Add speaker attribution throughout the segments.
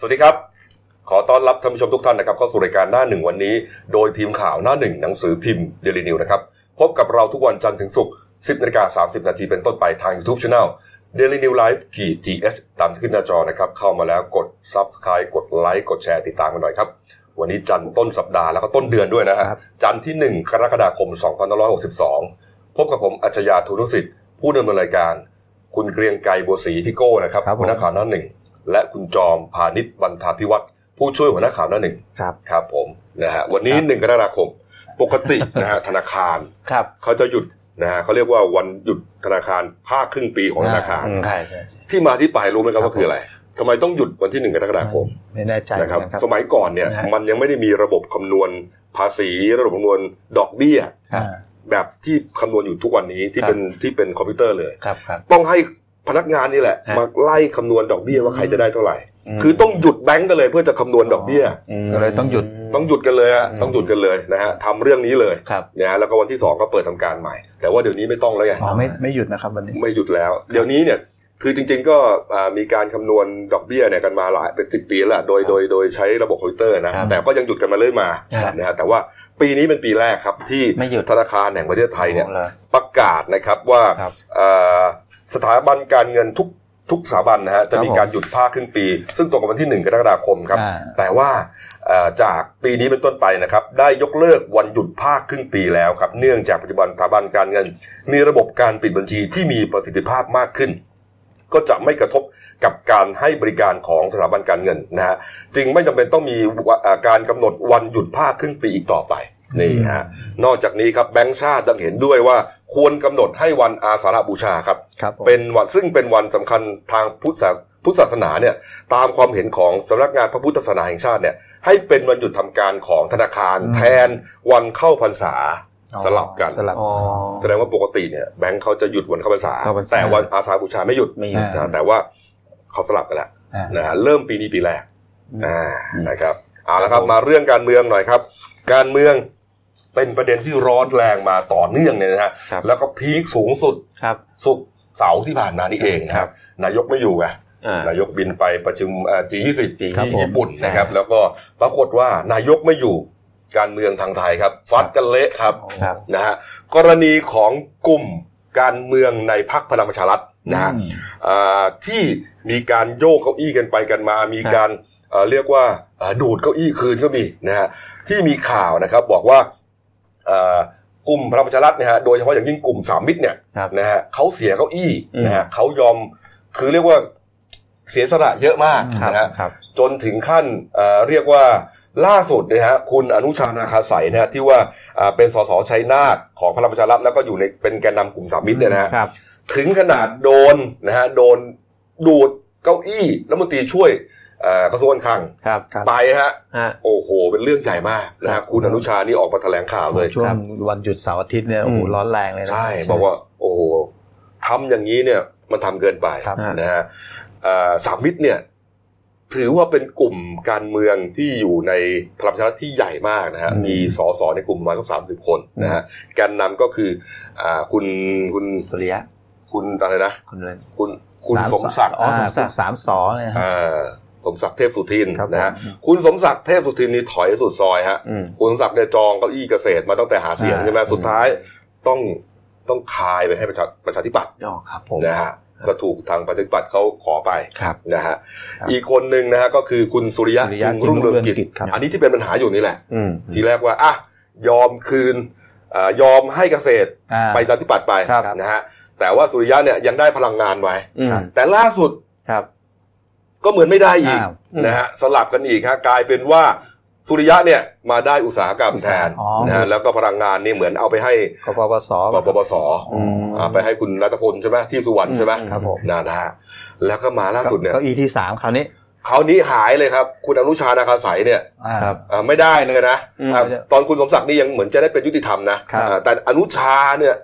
Speaker 1: สวัสดีครับ ขอต้อนรับท่านผู้ชมทุกท่านนะครับเข้าสู่รายการหน้าหนึ่งวันนี้ โดยทีมข่าวหน้าหนึ่งหนังสือพิมพ์เดลินิวนะครับ พบกับเราทุกวันจันทร์ถึงศุกร์ 10นาฬิกา30 นาทีเป็นต้นไปทาง YouTube Channel Daily New Life กี GS ตามที่ขึ้นหน้าจอนะครับ เข้ามาแล้วกด Subscribe กดไลค์กดแชร์ติดตามกันหน่อยครับ วันนี้จันทร์ต้นสัปดาห์แล้วก็ต้นเดือนด้วยนะฮะ
Speaker 2: ครับ
Speaker 1: จันทร์ที่ 1 กรกฎาคม 2562 พบกับผมอัจฉริยะธุรุสิทธิ์ผู้ดำเนินรายการ คุณเกรียงไกรบัวศรีพี่โก้นะครับ
Speaker 2: ครับผม
Speaker 1: หัวหน้าข่าวหน้าหนึ่งและคุณจอมพานิชบรรทาพิวัตรผู้ช่วยหัวหน้าข่าวหน้าหนึ่ง
Speaker 2: ครับ
Speaker 1: ครับผมนะฮะวันนี้หนึ่งกรกฎาคมปกตินะ ฮะธนาคาร
Speaker 3: ครับ
Speaker 1: เขาจะหยุดนะฮะเขาเรียกว่าวันหยุดธนาคารภาคครึ่งปีของธนาคาร
Speaker 2: อืม
Speaker 3: ใช่ใช่
Speaker 1: ที่มาที่ไปรู้ไหมครับ
Speaker 2: ครับ
Speaker 1: ว่าคืออะไรทำไมต้องหยุดวันที่หนึ่งกรกฎาคม
Speaker 2: ไม่แน่ใจ
Speaker 1: นะครับ
Speaker 2: นะครับ
Speaker 1: สมัยก่อนเนี่ย
Speaker 2: นะฮะ
Speaker 1: มันยังไม่ได้มีระบบคำนวณภาษีระบบคำนวณดอกเบี้ย
Speaker 2: อ่า
Speaker 1: แบบที่คำนวณอยู่ทุกวันนี้ที่เป็นที่เป็นคอมพิวเตอร์เลย
Speaker 3: ครับครับ
Speaker 1: ต้องให้พนักงานนี่แหละ
Speaker 3: ฮะ
Speaker 1: มาไล่คำนวณดอกเบี้ยว่าใครจะได้เท่าไหร่
Speaker 2: อืม
Speaker 1: คือต้องหยุดแบงก์กันเลยเพื่อจะคำนวณดอกเบี้ย
Speaker 2: ก็เลยต้องหยุด
Speaker 1: ต้องหยุดกันเลยฮะ
Speaker 3: อืม
Speaker 1: ต้องหยุดกันเลยนะฮะทำเรื่องนี้เลย
Speaker 3: ครับ
Speaker 1: นะฮะแล้วก็วันที่สองก็เปิดทำการใหม่ แต่ว่าเดี๋ยวนี้ไม่ต้องแล้วไง
Speaker 2: อ๋อไม่ไม่หยุดนะครับวันนี้
Speaker 1: ไม่หยุดแล้ว เดี๋ยวนี้เนี่ยคือจริงๆก็อ่ามีการคำนวณดอกเบี้ยเนี่ยกันมาหลายเป็นสิบปีแล้วล่ะโดยโดยโดยใช้ระบบคอมพิวเตอร์นะครับแต่ก็ยังหยุดกันมาเรื่อยมา
Speaker 3: ครับ
Speaker 1: นะฮะแต่ว่าปีนี้เป็นปีแรกครับที่
Speaker 3: ไม่หยุด
Speaker 1: ธนาคารแห่งประเทศไทยเนี่ย
Speaker 3: อาละ
Speaker 1: ประกาศนะครับว่า
Speaker 3: ครับ
Speaker 1: เอ่อสถาบันการเงินทุกทุกสถาบันนะฮะจะมี
Speaker 2: ครับผม
Speaker 1: การหยุดภาคครึ่งปี ซึ่งตรงกับวันที่1กรกฎาคมครับ
Speaker 2: อ่า
Speaker 1: แต่ว่าเอ่อจากปีนี้เป็นต้นไปนะครับได้ยกเลิกวันหยุดภาคครึ่งปีแล้วครับเนื่องจากปัจจุบันสถาบันการเงิน มีระบบการปิดบัญชีที่มีประสิทธิภาพมากขึ้น ก็จะไม่กระทบกับการให้บริการของสถาบันการเงินนะฮะจึงไม่จำเป็นต้องมีวะอ่าการกำหนดวันหยุดภาคครึ่งปีอีกต่อไปนี่ฮะนอกจากนี้ครับแบงก์ชาติดังเห็นด้วยว่าควรกำหนดให้วันอาสาฬบูชาครับ
Speaker 2: ครับผม
Speaker 1: เป็นวันซึ่งเป็นวันสำคัญทางพุทธศาพุทธศาสนาเนี่ยตามความเห็นของสำนักงานพระพุทธศาสนาแห่งชาติเนี่ยให้เป็นวันหยุดทำการของธนาคาร แทนวันเข้าพรรษา
Speaker 2: อ๋อ
Speaker 1: สลับกัน
Speaker 2: สลับ
Speaker 3: ๋อ
Speaker 1: แสดงว่าปกติเนี่ยแบงค์เขาจะหยุดวันเข้าพรรษา
Speaker 2: เข้าพรรษา
Speaker 1: แต่วันอาสาบูชาไม่หยุด
Speaker 3: ไม่หยุด
Speaker 1: นะแต่ว่าเขาสลับกันแล้ว
Speaker 2: อ่าน
Speaker 1: นะฮะเริ่มปีนี้ปีแรกอ่านะครับเอาละครับมาเรื่องการเมืองหน่อยครับ การเมืองเป็นประเด็นที่ร้อนแรงมาต่อเนื่องเนี่ยนะฮะ
Speaker 3: ครับ
Speaker 1: แล้วก็พีคสูงสุด
Speaker 3: ครับ
Speaker 1: สุกร์เสาร์ที่ผ่านมานี่เองนะค
Speaker 3: ครั
Speaker 1: รับบ นายกไม่อยู่ไง
Speaker 3: อ่า
Speaker 1: นายกบินไปประชุมเอ่อ G20 ที่
Speaker 3: ครับผม
Speaker 1: ญี่ปุ่นนะครับ
Speaker 3: ใช่
Speaker 1: แล้วก็ปรากฏว่านายกไม่อยู่การเมืองทางไทยครับ ฟัดกันเละครับ
Speaker 3: ครับ
Speaker 1: นะฮะกรณีของกลุ่มการเมืองในพรรคพลังประชารัฐนะฮะ
Speaker 2: อืม
Speaker 1: อ่าที่มีการโยกเก้าอี้กันไปกันมา มีการเอ่อเรียกว่าเอ่อดูดเก้าอี้คืนก็มีนะฮะที่มีข่าวนะครับบอกว่าเอ่อกลุ่มพลังประชารัฐเนี่ยฮะโดยเฉพาะอย่างยิ่งกลุ่มสามมิตรเนี่ย
Speaker 3: ครับ
Speaker 1: นะฮะเขาเสียเก้าอี้
Speaker 3: อืม
Speaker 1: นะฮะเขายอมคือเรียกว่าเสียสละเยอะมาก
Speaker 3: ครับ
Speaker 1: นะฮะ
Speaker 3: ครับ
Speaker 1: จนถึงขั้นเอ่อเรียกว่าล่าสุดเนะฮะคุณอนุชานาคาใสยนะฮะที่ว่าอ่าเป็นสสชัยนาทของพลังประชารัฐแล้วก็อยู่ในเป็นแกนนำกลุ่มสามมิตรเนี่ยนะฮะ
Speaker 3: ครับ
Speaker 1: ถึงขนาดโดนนะฮะโดนดูดเก้าอี้รัฐมนตรีช่วยเอ่อกระทรวงการคลัง
Speaker 3: ครับ
Speaker 2: ครับ
Speaker 1: ไปฮะ
Speaker 3: ฮะ
Speaker 1: โอ้โห เป็นเรื่องใหญ่มากนะฮะคุณอนุชานี่ออกมาแถลงข่าวเลย
Speaker 2: ช่ว
Speaker 3: ครั
Speaker 2: ง
Speaker 3: บ
Speaker 2: วันหยุดเสาร์อาทิตย์เนี่ยโอ้โห
Speaker 3: อืม
Speaker 2: ร้อนแรงเลยนะ
Speaker 1: ใช่บอกว่าโอ้โหทำอย่างนี้เนี่ยมันทำเกินไป
Speaker 2: ครับ
Speaker 1: นะฮะเอ่อสามมิตรเนี่ย ถือว่าเป็นกลุ่มการเมืองที่อยู่ในพลังประชารัฐที่ใหญ่มากนะฮะ
Speaker 3: อืม
Speaker 1: มีสสในกลุ่มประมาณสักสามสิบคนนะฮะแกนนำก็คืออ่าคุณคุณ
Speaker 3: สุริยะ
Speaker 1: คุณอะไรนะ
Speaker 3: คุณเลย
Speaker 1: คุณคุณ
Speaker 2: า
Speaker 1: สมศักดิ์
Speaker 2: อ๋อส
Speaker 3: ส
Speaker 2: ม
Speaker 3: มศั
Speaker 2: ศัก
Speaker 3: กดิ์
Speaker 2: ดิ์สามสอเนี่ยฮะ
Speaker 1: อ่าสมศักดิ์เทพสุทิน
Speaker 2: ครับผม
Speaker 1: นะฮะคุณสมศักดิ์เทพสุทินนี่ถอยสุดซอยฮะ
Speaker 3: อืม
Speaker 1: คุณสมศักดิ์เนี่ยจองเก้าอี้เกษตรมาตั้งแต่หาเสียงใช่ไหมสุดท้ายต้องต้องคายไปให้ประชาประชาธิปัตย์
Speaker 2: อ๋อครับผม
Speaker 1: นะฮะก็ถูกทางประชาธิปัตย์เขาขอไป
Speaker 2: ครับ
Speaker 1: นะฮะ
Speaker 2: ครับ
Speaker 1: อีกคนหนึ่งนะฮะก็คือคุณสุริยะ
Speaker 2: สุริยะ
Speaker 1: จึงรุ่งเรืองกิจ
Speaker 2: จึงรุ่งเรืองกิจครับ
Speaker 1: อันนี้ที่เป็นปัญหาอยู่นี่แหละ
Speaker 3: อืม
Speaker 1: ทีแรกว่าอ่ะยอมคืนอ่ายอมให้เกษตร
Speaker 2: อ่า
Speaker 1: ไปประชาธิปัตย์ไป
Speaker 3: ครับ
Speaker 1: นะฮะแต่ว่าสุริยะเนี่ยยังได้พลังงานไว้
Speaker 3: อืม
Speaker 2: ครับ
Speaker 1: แต่ล่าสุด
Speaker 3: ครับ
Speaker 1: ก็เหมือนไม่ได้อีก
Speaker 2: อ้าว
Speaker 1: นะฮะสลับกันอีกฮะกลายเป็นว่าสุริยะเนี่ยมาได้อุตสาหกรรมแทน
Speaker 2: อ๋อ
Speaker 1: นะฮะแล้วก็พลังงานนี่เหมือนเอาไปให้
Speaker 2: กปปส
Speaker 1: ปปส
Speaker 2: อืม
Speaker 1: อ่าไปให้คุณรัตพลใช่ไหมที่สุวรรณใช่ไหม
Speaker 2: ครับผม
Speaker 1: นะนะฮะแล้วก็มาล่าสุดเนี่ย
Speaker 2: เก้าอี้ที่สามคราวนี้
Speaker 1: คราวนี้หายเลยครับ คุณอนุชานาคาใสยเนี่ย
Speaker 2: อ่า
Speaker 3: ครับ
Speaker 1: อ่าไม่ได้เลยนะ
Speaker 3: อืม
Speaker 1: อ่าตอนคุณสมศักดิ์นี่ยังเหมือนจะได้เป็นยุติธรรมนะครับ อ่าแต่อนุชาเนี่ย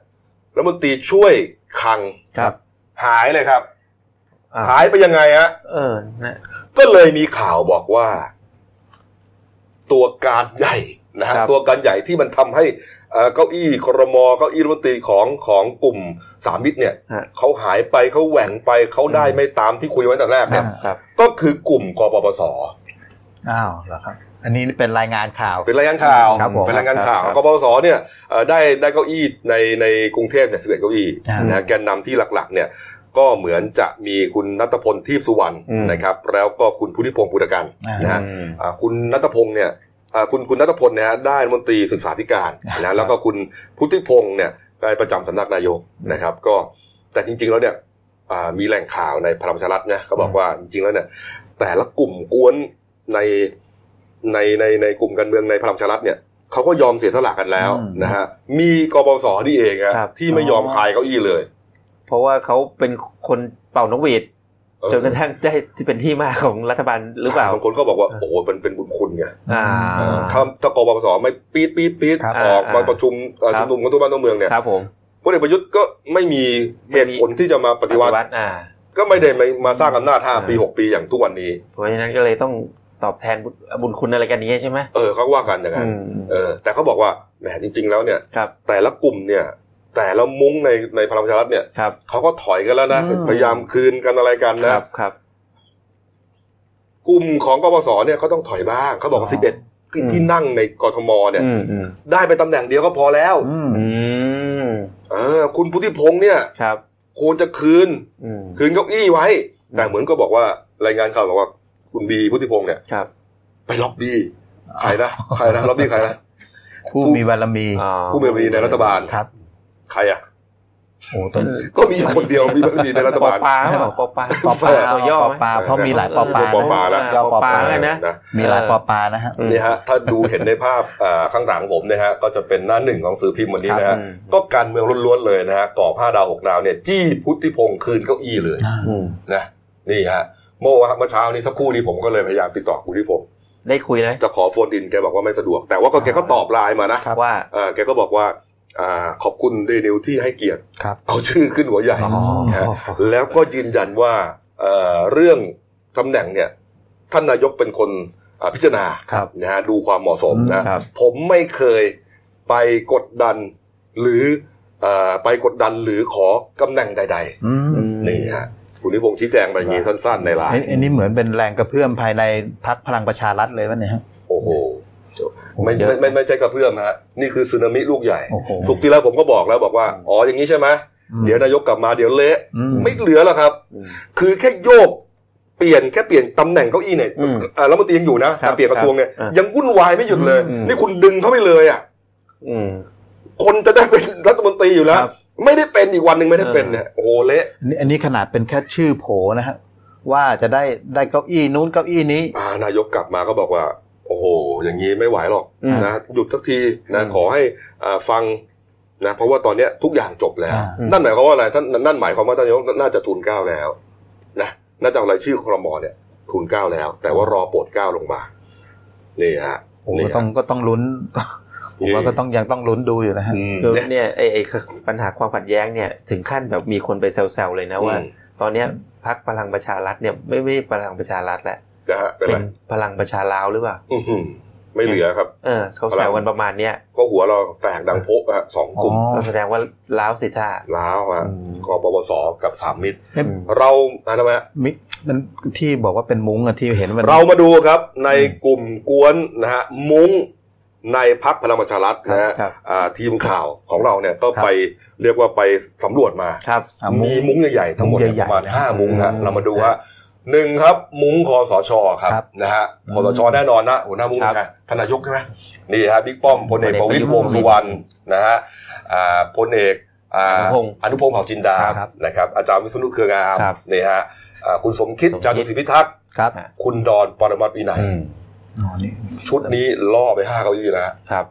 Speaker 1: รัฐมนตรีช่วยคลัง
Speaker 3: ครับ
Speaker 1: หายเลยครับ
Speaker 3: อ่า
Speaker 1: หายไปยังไงฮะ
Speaker 3: เออนะ
Speaker 1: ก็เลยมีข่าวบอกว่า ตัวการใหญ่ นะฮะ
Speaker 2: ครับ
Speaker 1: ตัวการใหญ่ที่มันทำให้เอ่อเก้าอี้ครมเก้าอี้รัฐมนตรีของของกลุ่มสามมิตรเนี่ย
Speaker 3: ฮะ
Speaker 1: เขาหายไปเขาแหว่งไปเขาได้ไม่ตามที่คุยไว้ตั้งแต่แรกเนี่ย
Speaker 3: ครับ
Speaker 1: ก็คือกลุ่มกปปส
Speaker 2: อ้าวเหรอครับ อันนี้เป็นรายงานข่าว
Speaker 1: เป็นรายงานข่าว
Speaker 2: ครับผม
Speaker 1: เป็นรายงานข่าว
Speaker 3: ครับ
Speaker 1: กปปสเนี่ยเอ่อได้ได้เก้าอี้ในในกรุงเทพเนี่ยสิบเอ็ดเก้าอี้
Speaker 2: อ่าน
Speaker 1: นะฮะแกนนำที่หลักๆเนี่ยก็เหมือนจะมีคุณนัทพลทีพสุวรรณ
Speaker 3: อืม
Speaker 1: นะครับแล้วก็คุณพุทธิพงศ์ปุตการนะฮะ
Speaker 3: อืม
Speaker 1: อ่าคุณนัทพงศ์เนี่ยอ่าคุณคุณนัทพลเนี่ยฮะได้รัฐมนตรีศึกษาธิการนะแล้วก็คุณพุทธิพงศ์เนี่ยได้ประจำสำนักนายกนะครับ ก็แต่จริง ๆแล้วเนี่ยอ่ามีแหล่งข่าวในพลังประชารัฐนะเขาบอกว่าจริงๆแล้วเนี่ยแต่ละกลุ่มกวนในในในในกลุ่มการเมืองในพลังประชารัฐเนี่ยเขาก็ยอมเสียสละกันแล้ว
Speaker 2: อืม
Speaker 1: นะฮะมีกปสนี่เองอะ
Speaker 3: ครับ
Speaker 1: ที่ไม่ยอมคลายเก้าอี้เลย
Speaker 3: เพราะว่าเขาเป็นคนเป่านกหวีด
Speaker 1: เออ
Speaker 3: จนกระทั่งได้ที่เป็นที่มาของรัฐบาลหรือเปล่า
Speaker 1: บางคนก็บอกว่าโอ้โหมันเป็นบุญคุณไง
Speaker 3: อ่า
Speaker 1: ถ้าถ้ากปปสไม่ปี๊ดปี๊ดปี๊ด
Speaker 2: ครับ
Speaker 1: ออกมา
Speaker 3: อ่า
Speaker 1: ประชุมเอ่อ
Speaker 3: ค
Speaker 1: ชุ
Speaker 3: รับ
Speaker 1: มนุมกันทั่วบ้านทั่วเมืองเนี่ย
Speaker 3: ครับผม
Speaker 1: พลเอกประยุทธ์ก็ไม่มีเหตุผลที่จะมาปฏิวัติ
Speaker 3: ติอ่า
Speaker 1: ก็ไม่ได้มามาสร้างอำนาจห้า
Speaker 3: อ่า
Speaker 1: ปีหกปีอย่างทุกวันนี้
Speaker 3: เพราะฉะนั้นก็เลยต้องตอบแทนบุญบุญคุณอะไรกันอย่างเงี้ยใช่ไหม
Speaker 1: เออเขาว่ากันอย่างนั้น
Speaker 3: อืม
Speaker 1: เออ แต่เขาบอกว่าแหมจริง ๆ แล้วเนี่ย
Speaker 3: ครับ
Speaker 1: แต่ละกลุ่มเนี่ย แต่ละมุ้งในในพลังประชารัฐเนี่ย
Speaker 3: ครับ
Speaker 1: เขาก็ถอยกันแล้วนะ
Speaker 3: อืม
Speaker 1: พยายามคืนกันอะไรกัน
Speaker 3: ค
Speaker 1: นะ
Speaker 3: รับครับ
Speaker 1: กลุ่มของกปปสเนี่ยเขาต้องถอยบ้างเขาบอกว่า
Speaker 2: อ๋
Speaker 1: สิบ
Speaker 2: อ
Speaker 1: เอ็ดที่นั่งในกทมเนี่ย
Speaker 3: อืมอืม
Speaker 1: ได้ไปตำแหน่งเดียวก็พอแล้ว
Speaker 2: อืม
Speaker 3: อืม
Speaker 1: เออคุณพุทธิพงษ์เนี่ย
Speaker 3: ครับ
Speaker 1: ควรจะคืน
Speaker 3: อืม
Speaker 1: คืนเก้าอี้ไว้ แต่เหมือนก็บอกว่ารายงานข่าวบอกว่าคุณบีพุทธิพงษ์เนี่ย
Speaker 3: ครับ
Speaker 1: ไปล็อบบี้ใครนะใครนะล็อบบี้ใครนะ
Speaker 2: ผู้มีบารมี
Speaker 3: อ๋อ
Speaker 1: ผู้มีบารมีในรัฐบาล
Speaker 2: ครับ
Speaker 1: ใครอ่ะ
Speaker 2: โอ้ต้น
Speaker 1: ก็มีอยู่คนเดียวมีบารมีในรัฐบาล
Speaker 3: ปอปลาหรือเปล่าปอปลา
Speaker 2: ปอปลา
Speaker 3: ตัวย่อ
Speaker 2: ปอ
Speaker 3: ไหม
Speaker 2: ปลาเพราะมีหลายปอปลา
Speaker 1: ปอปลาแล้ว
Speaker 2: ย่อปอปลา
Speaker 3: ปอปลาแล้วนะ
Speaker 1: นะ
Speaker 2: มีหลายปอปลานะฮะ
Speaker 1: นี่ฮะถ้าดูเห็นในภาพอ่าข้างหลังผมนะฮะก็จะเป็นหน้าหนึ่งของสื่อพิมพ์วันนี้นะ
Speaker 3: ครั
Speaker 1: ฮะ
Speaker 3: บอืม
Speaker 1: ก็การเมืองล้วนๆเลยนะฮะก่อผ้าดาวหกดาวเนี่ยจี้พุทธิพงษ์คืนเก้าอี้เลย
Speaker 3: อืม
Speaker 1: นะนี่ฮะเมื่อวานเมื่อเช้านี้สักครู่นี้ผมก็เลยพยายามติดต่อพุทธิพงษ์
Speaker 3: ได้คุยไหม
Speaker 1: จะขอโฟนอินแกบอกว่าไม่สะดวก แต่ว่าก็แกก็ตอบไลน์มานะ
Speaker 2: ครับ
Speaker 3: ว่า
Speaker 1: เอ่อแกก็บอกว่าอาขอบคุณเดนิวที่ให้เกียรติ
Speaker 2: ครับ
Speaker 1: เอาชื่อขึ้นหัวใหญ่
Speaker 2: อ๋อ
Speaker 1: นะฮะแล้วก็ยืนยันว่าเอ่อเรื่องตำแหน่งเนี่ยท่านนายกเป็นคนอ่าพิจารณา
Speaker 3: ครับ
Speaker 1: นะฮะดูความเหมาะสมนะครับ ผมไม่เคยไปกดดันหรือเอ่อไปกดดันหรือขอตำแหน่งใด
Speaker 2: อืม
Speaker 1: ๆ นี่ฮะคุณนิพงษ์ชี้แจงไปอย่างนี้สั้นๆในไล
Speaker 2: ไอ้
Speaker 1: น์
Speaker 2: ไอันนี้เหมือนเป็นแรงกระเพื่อมภายในพักพลังประชารัฐเลยวะเนี่ยฮะ
Speaker 1: โอ้โหไม่ไม่ไม่ไม่ใช่กระเพื่อมนะฮะนี่คือสึนามิลูกใหญ่
Speaker 2: โอ้โห
Speaker 1: สุกร์ที่แล้วผมก็บอกแล้วบอกว่าอ๋ออย่างนี้ใช่ไหม
Speaker 2: อืม
Speaker 1: เดี๋ยวนายกกลับมาเดี๋ยวเละ
Speaker 2: อืม
Speaker 1: ไม่เหลือแล้วครับ
Speaker 3: อืม
Speaker 1: คือแค่โยกเปลี่ยนแค่เปลี่ยนตำแหน่งเก้าอี้เนี่ย
Speaker 3: อืม
Speaker 1: อ่ารัฐมนตรียังอยู่นะครับ แต่เปลี่ยนกระทรวงเนี่ย
Speaker 3: ครับ
Speaker 1: ยังวุ่นวายไม่หยุดเลย
Speaker 3: อืม
Speaker 1: นี่คุณดึงเขาไปเลยอ่ะ
Speaker 3: อืม
Speaker 1: คนจะได้เป็นรัฐมนตรีอยู่แล้ว
Speaker 3: ครับ
Speaker 1: ไม่ได้เป็นอีกวันหนึ่งไม่ได้เป็นเนี่ยโอ้โหเละ
Speaker 2: อันนี้อันนี้ขนาดเป็นแค่ชื่อโผนะฮะว่าจะได้ได้เก้าอี้นู้นเก้าอี้นี้
Speaker 1: อ่านายกกลับมาก็บอกว่า โอ้โห อย่างนี้ไม่ไหวหรอก
Speaker 3: อืม
Speaker 1: นะหยุดสักทีนะ
Speaker 3: อืม
Speaker 1: ขอให้อ่าฟังนะเพราะว่าตอนเนี้ยทุกอย่างจบแล้ว
Speaker 2: อ่า
Speaker 1: นั่นหมายความว่าอะไรท่านนั่นหมายความว่าท่านนายกน่าจะทูลเกล้าแล้วนะน่าจะเอารายชื่อครมเนี่ยทูลเกล้าแล้ว แต่ว่ารอโปรดเกล้าลงมานี่ฮะ
Speaker 2: โอ้
Speaker 1: นี่ฮะ
Speaker 2: ก็ต้องก็ต้องลุ้นผ
Speaker 1: นี่
Speaker 2: มว่าก็ต้องยังต้องลุ้นดูอยู่นะฮะ
Speaker 1: อืม
Speaker 3: คือ
Speaker 1: เนี่ย
Speaker 3: เนี่ยไอ้ไอ้ปัญหาความขัดแย้งเนี่ย ถึงขั้นแบบมีคนไปแซวๆเลยนะว่า
Speaker 1: อืม
Speaker 3: ตอนเนี้ยพักพลังประชารัฐเนี่ยไม่ไม่ใช่พลังประชารัฐแหละ
Speaker 1: นะฮะเป็น
Speaker 3: เป็
Speaker 1: ไร
Speaker 3: นพลังประชาลาวหรือเปล่า
Speaker 1: อื้อหือไม่เหลือครับ
Speaker 3: เออเขาแซวกันประมาณเนี้ย
Speaker 1: ก็หัวเราแตกดังโพะฮะสองกลุ่ม
Speaker 2: อ๋อ
Speaker 3: ก็แสดงว่าลาวสิท่า
Speaker 1: ล้าวฮะ
Speaker 3: อืม
Speaker 1: กปปสกับสามมิตร
Speaker 2: เอ๊ะ
Speaker 1: เราอะไรนะฮะ
Speaker 2: มิมันที่บอกว่าเป็นมุ้งอะที่เห็นมัน
Speaker 1: เรามาดูครับในกลุ่มกวนนะฮะมุ้งในพักพลังประชารัฐนะฮะ
Speaker 3: ครับ
Speaker 1: อ่าทีมข่าวของเราเนี่ยก็
Speaker 2: ครับ
Speaker 1: ไปเรียกว่าไปสำรวจมา
Speaker 3: ครับ
Speaker 2: อ่ะมุ้ง
Speaker 1: มีมุ้งใหญ่ๆทั้งหมดเนี่ย
Speaker 2: มุ้งใหญ่
Speaker 1: ประ
Speaker 2: ๆ
Speaker 1: มาณห้ามุ้งฮะ
Speaker 3: อืม
Speaker 1: เรามาดูฮะหนึ่งครับ มุ้งคอสชครับ
Speaker 2: ครับ
Speaker 1: นะฮะ
Speaker 2: อืม
Speaker 1: คอสชแน่นอนนะหัวหน้ามุ้ง
Speaker 3: ครับ
Speaker 1: นะท่านนายกใช่ไหมนี่ฮะบิ๊กป้อมพลเอก
Speaker 3: พ
Speaker 1: ป
Speaker 3: ล
Speaker 1: ระ
Speaker 3: เอก
Speaker 1: วิตร
Speaker 3: ประ
Speaker 1: ว
Speaker 3: วิตรง
Speaker 1: ษ์สุวรรณนะฮะอ่าพลเอกอ่า
Speaker 3: อนุพงษ์
Speaker 1: อนุพงศ์เผ่าจินดา
Speaker 2: ครับ
Speaker 1: นะครับอาจารย์วิษณุเครืองาม
Speaker 3: ครับ
Speaker 1: นี่ฮะอ่าคุณสมคิด
Speaker 3: สมคิด
Speaker 1: จารุศรีพิทักษ์
Speaker 2: ครับ
Speaker 1: คุณดอนปรมัตถ์วินัย
Speaker 3: อืม
Speaker 2: อ๋อนี่
Speaker 1: ชุดนี้ล่อไปห้าเก้าอี้แล้วฮะ
Speaker 3: ครับ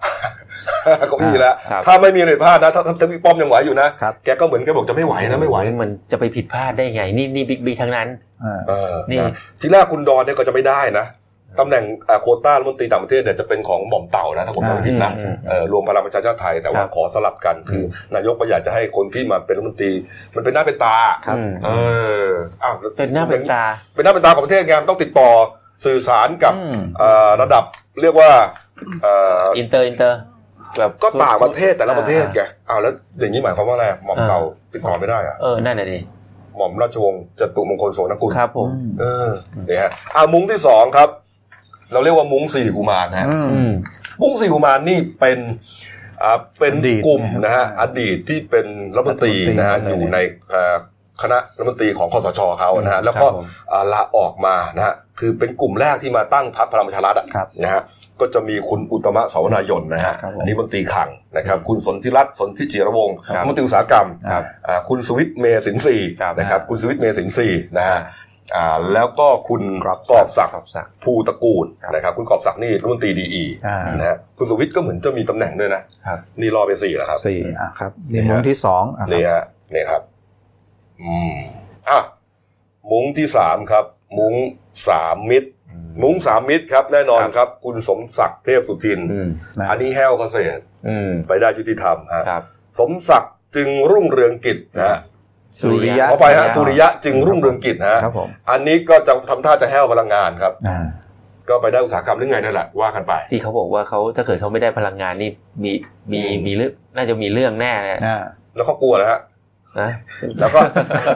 Speaker 1: เก้าอี้แล้ว
Speaker 3: ครับ
Speaker 1: ถ้าไม่มีเลยพลาดนะถ้าถ้าถ้าบิ๊กป้อมยังไหวอยู่นะครับ แกก็เหมือนแกบอกจะไม่ไหวนะไม่ไหว
Speaker 3: มันจะไปผิดพลาดได้ไง นี่นี่บิ๊กบีทั้งนั้น
Speaker 2: อ่า
Speaker 1: เออ
Speaker 3: นี่
Speaker 1: ะทีแรกคุณดอนเนี่ยก็จะไม่ได้นะตำแหน่งอ่าโควต้ารัฐมนตรีต่างประเทศเนี่ยจะเป็นของหม่อมเต่านะถ้าผมจำ
Speaker 2: อ่า
Speaker 1: ไม่ผิดนะ
Speaker 3: อืม
Speaker 1: เออรวมพลังประชาชาติไทยแต่ว่า
Speaker 3: ครับ
Speaker 1: ขอสลับกันคือ นายกก็อยากจะให้คนที่มาเป็นรัฐมนตรี มันเป็นหน้าเป็นตา
Speaker 2: ครับ
Speaker 3: อืม
Speaker 1: เอออ้าว
Speaker 3: เป็นหน้าเป็นตา
Speaker 1: เป็นหน้าเป็นตาของประเทศไงมันต้องติดต่อสื่อสารกับ
Speaker 2: อืม
Speaker 1: เอ่อระดับเรียกว่า เอ่อ
Speaker 3: อินเตอร์อินเตอร์ แบบ
Speaker 1: ก็ต่างประเทศแต่ละประเทศแกอ้าวแล้วอย่างนี้หมายความว่าอะไรหม่อมเก่าติดต่อไม่ได้อะ
Speaker 3: เออ นั่นน่ะดิ
Speaker 1: หม่อมราชวงศ์จตุมงคลโสนกุล
Speaker 3: ครับผม
Speaker 1: เออเนี่ยฮะอ่ามุ้งที่สองครับ เราเรียกว่ามุ้งสี่กุมารนะฮะ
Speaker 2: อืม
Speaker 3: อืม
Speaker 1: มุ้งสี่กุมารนี่เป็นอ่าเป็น
Speaker 2: อดีต
Speaker 1: กลุ่มนะฮะ
Speaker 2: นะครับ
Speaker 1: อดีตที่เป็นรัฐมนตรีนะฮะ
Speaker 2: รัฐมนตรี
Speaker 1: อยู่ในเอ่อคณะรัฐมนตรีของคอสชเขานะฮะแล้วก็
Speaker 2: ครับผม
Speaker 1: อ่าลาออกมานะฮะคือเป็นกลุ่มแรกที่มาตั้งพรรคพลังประชารัฐอะ
Speaker 2: ครับ
Speaker 1: นะฮะก็จะมีคุณอุตตมะสาวนายนนะฮะ
Speaker 2: ครับผม
Speaker 1: อันนี้มนตรีขังนะครับ คุณสนธิรัตน์สนธิจิรวงศ์
Speaker 2: ครับ
Speaker 1: มนตรีอุตสาหกรรม
Speaker 2: ครับ
Speaker 1: อ่าคุณสวิตเมสินทรีย์
Speaker 3: ครับ
Speaker 1: นะครับคุณสวิตเมสินทรีย์นะฮะ
Speaker 2: อ่า
Speaker 1: อ่าแล้วก็คุณ
Speaker 2: กรอบ
Speaker 1: กอบศักดิ์
Speaker 3: ขอบสัก
Speaker 1: ภูตระกูลนะครับคุณกอบศักดิ์นี่รัฐมนตรีดีอี
Speaker 2: อ่า
Speaker 1: นะฮะคุณสวิตก็เหมือนจะมีตำแหน่งด้วยนะครับ นี่รอไปสี่แล้วครับ
Speaker 2: สี่อ่ะครับ
Speaker 1: นี่
Speaker 2: นี่
Speaker 1: ฮะ
Speaker 2: มุ้งที่สองอ่ะครับ
Speaker 1: นี่ฮะนี่ครับอืมอ่ะมุ้งที่สามครับ มุ้งสามมิตร มุ้งสามมิตรครับแน่นอนครับ คุณสมศักดิ์เทพสุทิน
Speaker 3: อืม
Speaker 2: นะ
Speaker 1: อันนี้แห้วเกษตร
Speaker 3: อืม
Speaker 1: ไปได้ยุติธรรมฮะ
Speaker 3: ครับ
Speaker 1: สมศักดิ์จึงรุ่งเรืองกิจนะฮะ
Speaker 2: สุริยะ
Speaker 1: ขอไปฮะสุริยะจึงรุ่งเรืองกิจนะฮะ
Speaker 2: ครับผม
Speaker 1: อันนี้ก็จะทำท่าจะแห้วพลังงานครับ
Speaker 2: อ่า
Speaker 1: ก็ไปได้อุตสาหกรรมหรือไงนั่นแหละว่ากันไป
Speaker 3: ที่เขาบอกว่าเขาถ้าเกิดเขาไม่ได้พลังงานนี่มีมี
Speaker 1: อืม
Speaker 3: มีเรื่องน่าจะมีเรื่องแน่เลย
Speaker 2: อ่า
Speaker 1: แล้วเขากลัวนะฮะ
Speaker 3: นะ
Speaker 1: แล้วก็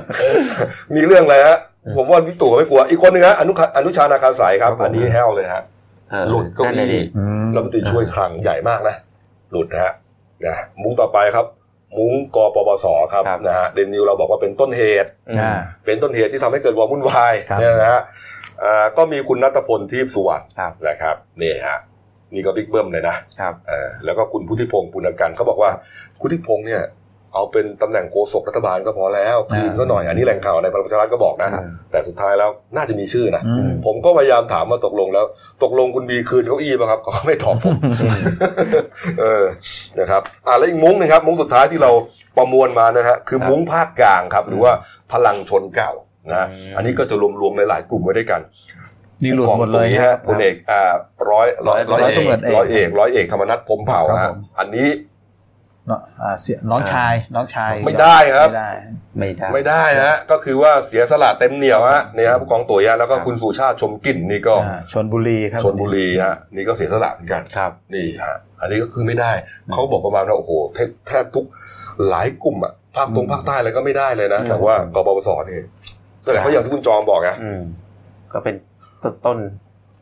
Speaker 1: มีเรื่องอะไรฮะ ผมว่าวิกตู่ก็ไม่กลัว อีกคนหนึงฮะอนุคอนุชานาคาสายครับ
Speaker 2: ครับผม
Speaker 1: อันนี้แห้วเลยฮะ
Speaker 3: เออ
Speaker 1: หลุดเก็
Speaker 3: นั่น
Speaker 1: มี
Speaker 3: น่ะดิ
Speaker 2: อืม
Speaker 1: รัฐมนตรีช่วยคลังใหญ่มากนะ หลุดนะฮะนะมุ้งต่อไปครับ มุ้งกปปสครับนะฮะเดนนิวเราบอกว่าเป็นต้นเหตุ
Speaker 2: อ่า
Speaker 1: เป็นต้นเหตุที่ทำให้เกิดความวุ่นวาย
Speaker 2: ครับ
Speaker 1: เนี่ยนะฮะอ่าก็มีคุณนัทพลทีพสุวรรณ
Speaker 3: ครับ
Speaker 1: นะครับนี่ฮะนี่ก็บิ๊กเบิ้มเลยนะครับ เออแล้วก็คุณพุทธิพงศ์ปุณกันต์เขาบอกว่าพุทธิพงศ์เนี่ย เอาเป็นตำแหน่งโฆษกรัฐบาลก็พอแล้วคืนก็หน่อยอันนี้แหล่งข่าวในพลังประชารัฐก็บอกนะ
Speaker 3: ครับ
Speaker 1: แต่สุดท้ายแล้วน่าจะมีชื่อนะ
Speaker 2: อืม
Speaker 1: ผมก็พยายามถามว่าตกลงแล้ว ตกลงคุณบีคืนเก้าอี้ป่ะครับเขาก็ไม่ตอบผม เออนะครับอ่าแล้วอีกมุ้งหนึงครับ มุ้งสุดท้ายที่เราประมวลมานะฮะคือ
Speaker 3: ครับ
Speaker 1: มุ้งภาคกลางครับ หรือว่าพลังชนเก่านะฮะ
Speaker 3: อืม
Speaker 1: อันนี้ก็จะรวมๆหลายๆกลุ่มไว้ด้วยกัน
Speaker 2: นี่หลุดหมดเลย
Speaker 1: ของตรงนี้
Speaker 2: ฮะ
Speaker 1: ฮะพลเอกอ่าร้อยร้อย
Speaker 2: ร้
Speaker 1: ร้อ
Speaker 2: อย
Speaker 1: เอ
Speaker 2: ย
Speaker 1: ก
Speaker 2: ตำรวจเอก
Speaker 1: ร้อยเอกร้อยเอกธรรมนัฐพรหมเผ่า
Speaker 2: ครับ
Speaker 1: ฮะ
Speaker 2: ผม
Speaker 1: อันนี้
Speaker 2: เนาะอ่าเสียน้องชายน้องชาย
Speaker 1: ไม่ได้ครับ
Speaker 2: ไม่ได้
Speaker 3: ไม่ได้
Speaker 1: ไม่ได้ฮะก็คือว่าเสียสละเต็มเหนียวฮะเนี่ยฮะผู้กองตัวยะแล้วก็
Speaker 3: ครับ
Speaker 1: คุณสุชาติชมกลิ่นนี่ก็
Speaker 2: อ่าชนบุรีครับ
Speaker 1: ชนบุรีฮะนี่ก็เสียสละเหมือนกัน
Speaker 3: ครับ
Speaker 1: นี่ฮะอันนี้ก็คือไม่ได้ เขาบอกประมาณว่าโอ้โหแทบแทบทุกหลายกลุ่มอะภาคตรงภาคใต้อะไรก็ไม่ได้เลยนะ
Speaker 3: อืม
Speaker 1: แต่ว่ากปปสเนี่ยแต่เขาอย่างที่คุณจอมบอกนะ
Speaker 3: อืม ก็เป็นต้นต้น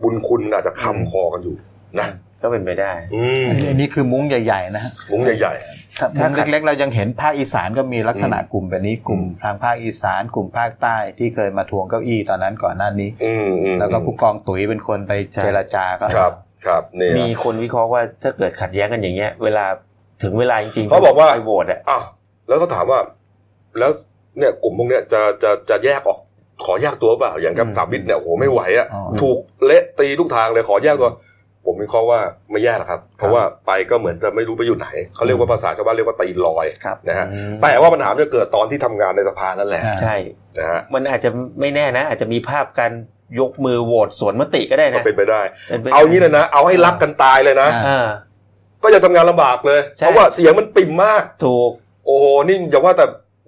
Speaker 1: บุญคุณอาจจะค้ำคอกันอยู่นะ
Speaker 3: ก็เป็นไปได้
Speaker 1: อืม
Speaker 2: อันนี้คือมุ้งใหญ่ๆนะฮะ
Speaker 1: มุ้งใหญ่
Speaker 2: ถ้า
Speaker 3: ถ้า
Speaker 2: มุ้งเล็กๆ เรายังเห็นภาคอีสานก็มีลักษณะกลุ่มแบบนี้กลุ่ม
Speaker 1: อืม
Speaker 2: ทางภาคอีสานกลุ่มภาคใต้ที่เคยมาทวงเก้าอี้ตอนนั้นก่อนหน้านี้
Speaker 1: ๆ อืมอืม
Speaker 2: แล้วก็ผู้กองตุ๋ยเป็นคนไปเจรจาก็
Speaker 1: ครับครับเนี่ย
Speaker 3: มีคนวิเคราะห์ว่าถ้าเกิดขัดแย้งกันอย่างเงี้ย เวลาถึงเวลาจริงๆ
Speaker 1: เขาบอกว่า
Speaker 3: ไปโหวตอ่ะ
Speaker 1: อ้าวแล้วก็ถามว่า แล้วเนี่ยกลุ่มพวกเนี้ยจะจะจะแยกออก ขอแยกตัวเปล่าอย่างกับ
Speaker 3: อืม
Speaker 1: สามมิตรเนี่ยโอ้โหไม่ไหวอะ
Speaker 2: อ๋อ
Speaker 1: ถูกเละตีทุกทางเลยขอแยกตัว ผมวิเคราะห์ว่าไม่แยกหรอกครับ เพราะว่าไปก็เหมือนจะไม่รู้ไปอยู่ไหนเขาเรียกว่าภาษาชาวบ้านเรียกว่าตีลอย
Speaker 2: ครับ
Speaker 1: นะฮะ
Speaker 3: อืม
Speaker 1: แต่ว่าปัญหามันจะเกิดตอนที่ทำงานในสภานั่นแหละ
Speaker 2: อ่า
Speaker 3: ใช่
Speaker 1: นะฮะ
Speaker 3: มันอาจจะไม่แน่นะ อาจจะมีภาพการยกมือโหวตสวนมติก็ได้
Speaker 1: ก็
Speaker 3: นะ
Speaker 1: เป็นไปได้
Speaker 3: ป็นไปได้
Speaker 1: เอางี้เลยนะ เอาให้รักกันตายเลยนะ
Speaker 2: อ่า
Speaker 3: เออ
Speaker 1: ก็อย่าทำงานลำบากเลย
Speaker 3: ใช่
Speaker 1: เพราะว่าเสียงมันปิ่มมาก
Speaker 3: ถูก
Speaker 1: โอ้โหนี่อย่าว่าแต่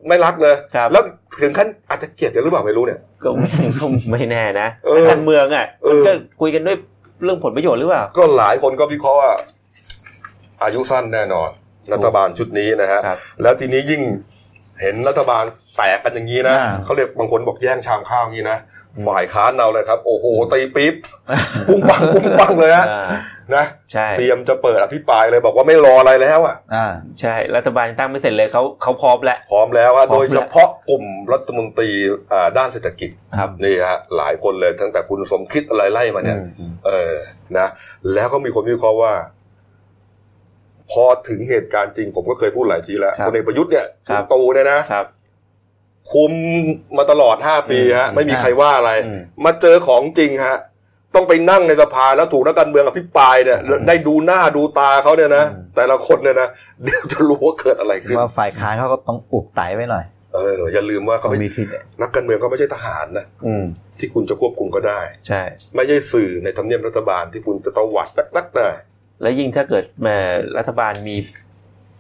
Speaker 1: ไม่รักเลย
Speaker 3: ครับ
Speaker 1: แล้วถึงขั้นอาจจะเกลียดกันหรือเปล่าไม่รู้เนี่ย
Speaker 3: ก็ไม่ ก็ไม่แน่นะ
Speaker 1: เออ
Speaker 3: การเมืองอ่ะ
Speaker 1: เออ
Speaker 3: มันก็คุยกันด้วยเรื่องผลประโยชน์หรือเปล่า
Speaker 1: ก็หลายคนก็วิเคราะห์ว่าอายุสั้นแน่นอน รัฐบาลชุดนี้นะฮะ
Speaker 3: ครับ
Speaker 1: แล้วทีนี้ยิ่งเห็นรัฐบาลแตกกันอย่างนี้นะ
Speaker 2: อ่า
Speaker 1: เขาเรียกบางคนบอกแย่งชามข้าวอย่างนี้นะฝ่ายค้านเราเลยครับ โอ้โหตีปี๊บปุ้งปังปุ้งปังเลยฮะ
Speaker 3: เออ
Speaker 1: นะ
Speaker 3: ใช่
Speaker 1: เตรียมจะเปิดอภิปรายเลยบอกว่าไม่รออะไรแล้วอ่ะ
Speaker 2: อ่า
Speaker 3: ใช่รัฐบาลตั้งไม่เสร็จเลยเขาเขาพร้อมแล้ว
Speaker 1: พร้อมแล้วอะ
Speaker 3: พร้
Speaker 1: โด
Speaker 3: อม
Speaker 1: ย
Speaker 3: แล้ว
Speaker 1: เฉพาะกลุ่มรัฐมนตรีอ่าด้านเศรษฐกิจ
Speaker 3: ครับ
Speaker 1: นี่ฮะหลายคนเลยตั้งแต่คุณสมคิดอะไรไล่มาเนี่ย เออ นะ แล้วก็มีคนวิเคราะห์ว่า พอถึงเหตุการณ์จริงผมก็เคยพูดหลายทีแล้ว
Speaker 3: ครับ
Speaker 1: พลเอกประยุทธ์เนี่ย
Speaker 3: ครับ
Speaker 1: ลุงตูเนี่ยนะ
Speaker 3: ครับ
Speaker 1: คุมมาตลอดห้าปีฮะ
Speaker 3: อืม
Speaker 1: ไม่มีใครว่าอะไร
Speaker 3: อืม
Speaker 1: มาเจอของจริงฮะ ต้องไปนั่งในสภาแล้วถูกนักการเมืองอภิปรายเนี่ยแล้วได้ดูหน้าดูตาเขาเนี่ยนะ
Speaker 3: อืม
Speaker 1: แต่ละคนเนี่ยนะ เดี๋ยวจะรู้ว่าเกิดอะไรขึ้น
Speaker 2: ว่าฝ่ายค้านเขาก็ต้องอุบไตไว้หน่อย
Speaker 1: เออ อย่าลืมว่าเขา
Speaker 2: เขา
Speaker 1: ไม่
Speaker 2: มีทีเด็ด
Speaker 1: นักการเมืองเขาไม่ใช่ทหารนะ
Speaker 3: อืม
Speaker 1: ที่คุณจะควบคุมก็ได้
Speaker 3: ใช่
Speaker 1: ไม่ใช่สื่อในทำเนียบรัฐบาลที่คุณจะตวัดนักๆได้
Speaker 3: แล้วยิ่งถ้าเกิดแหมรัฐบาลมี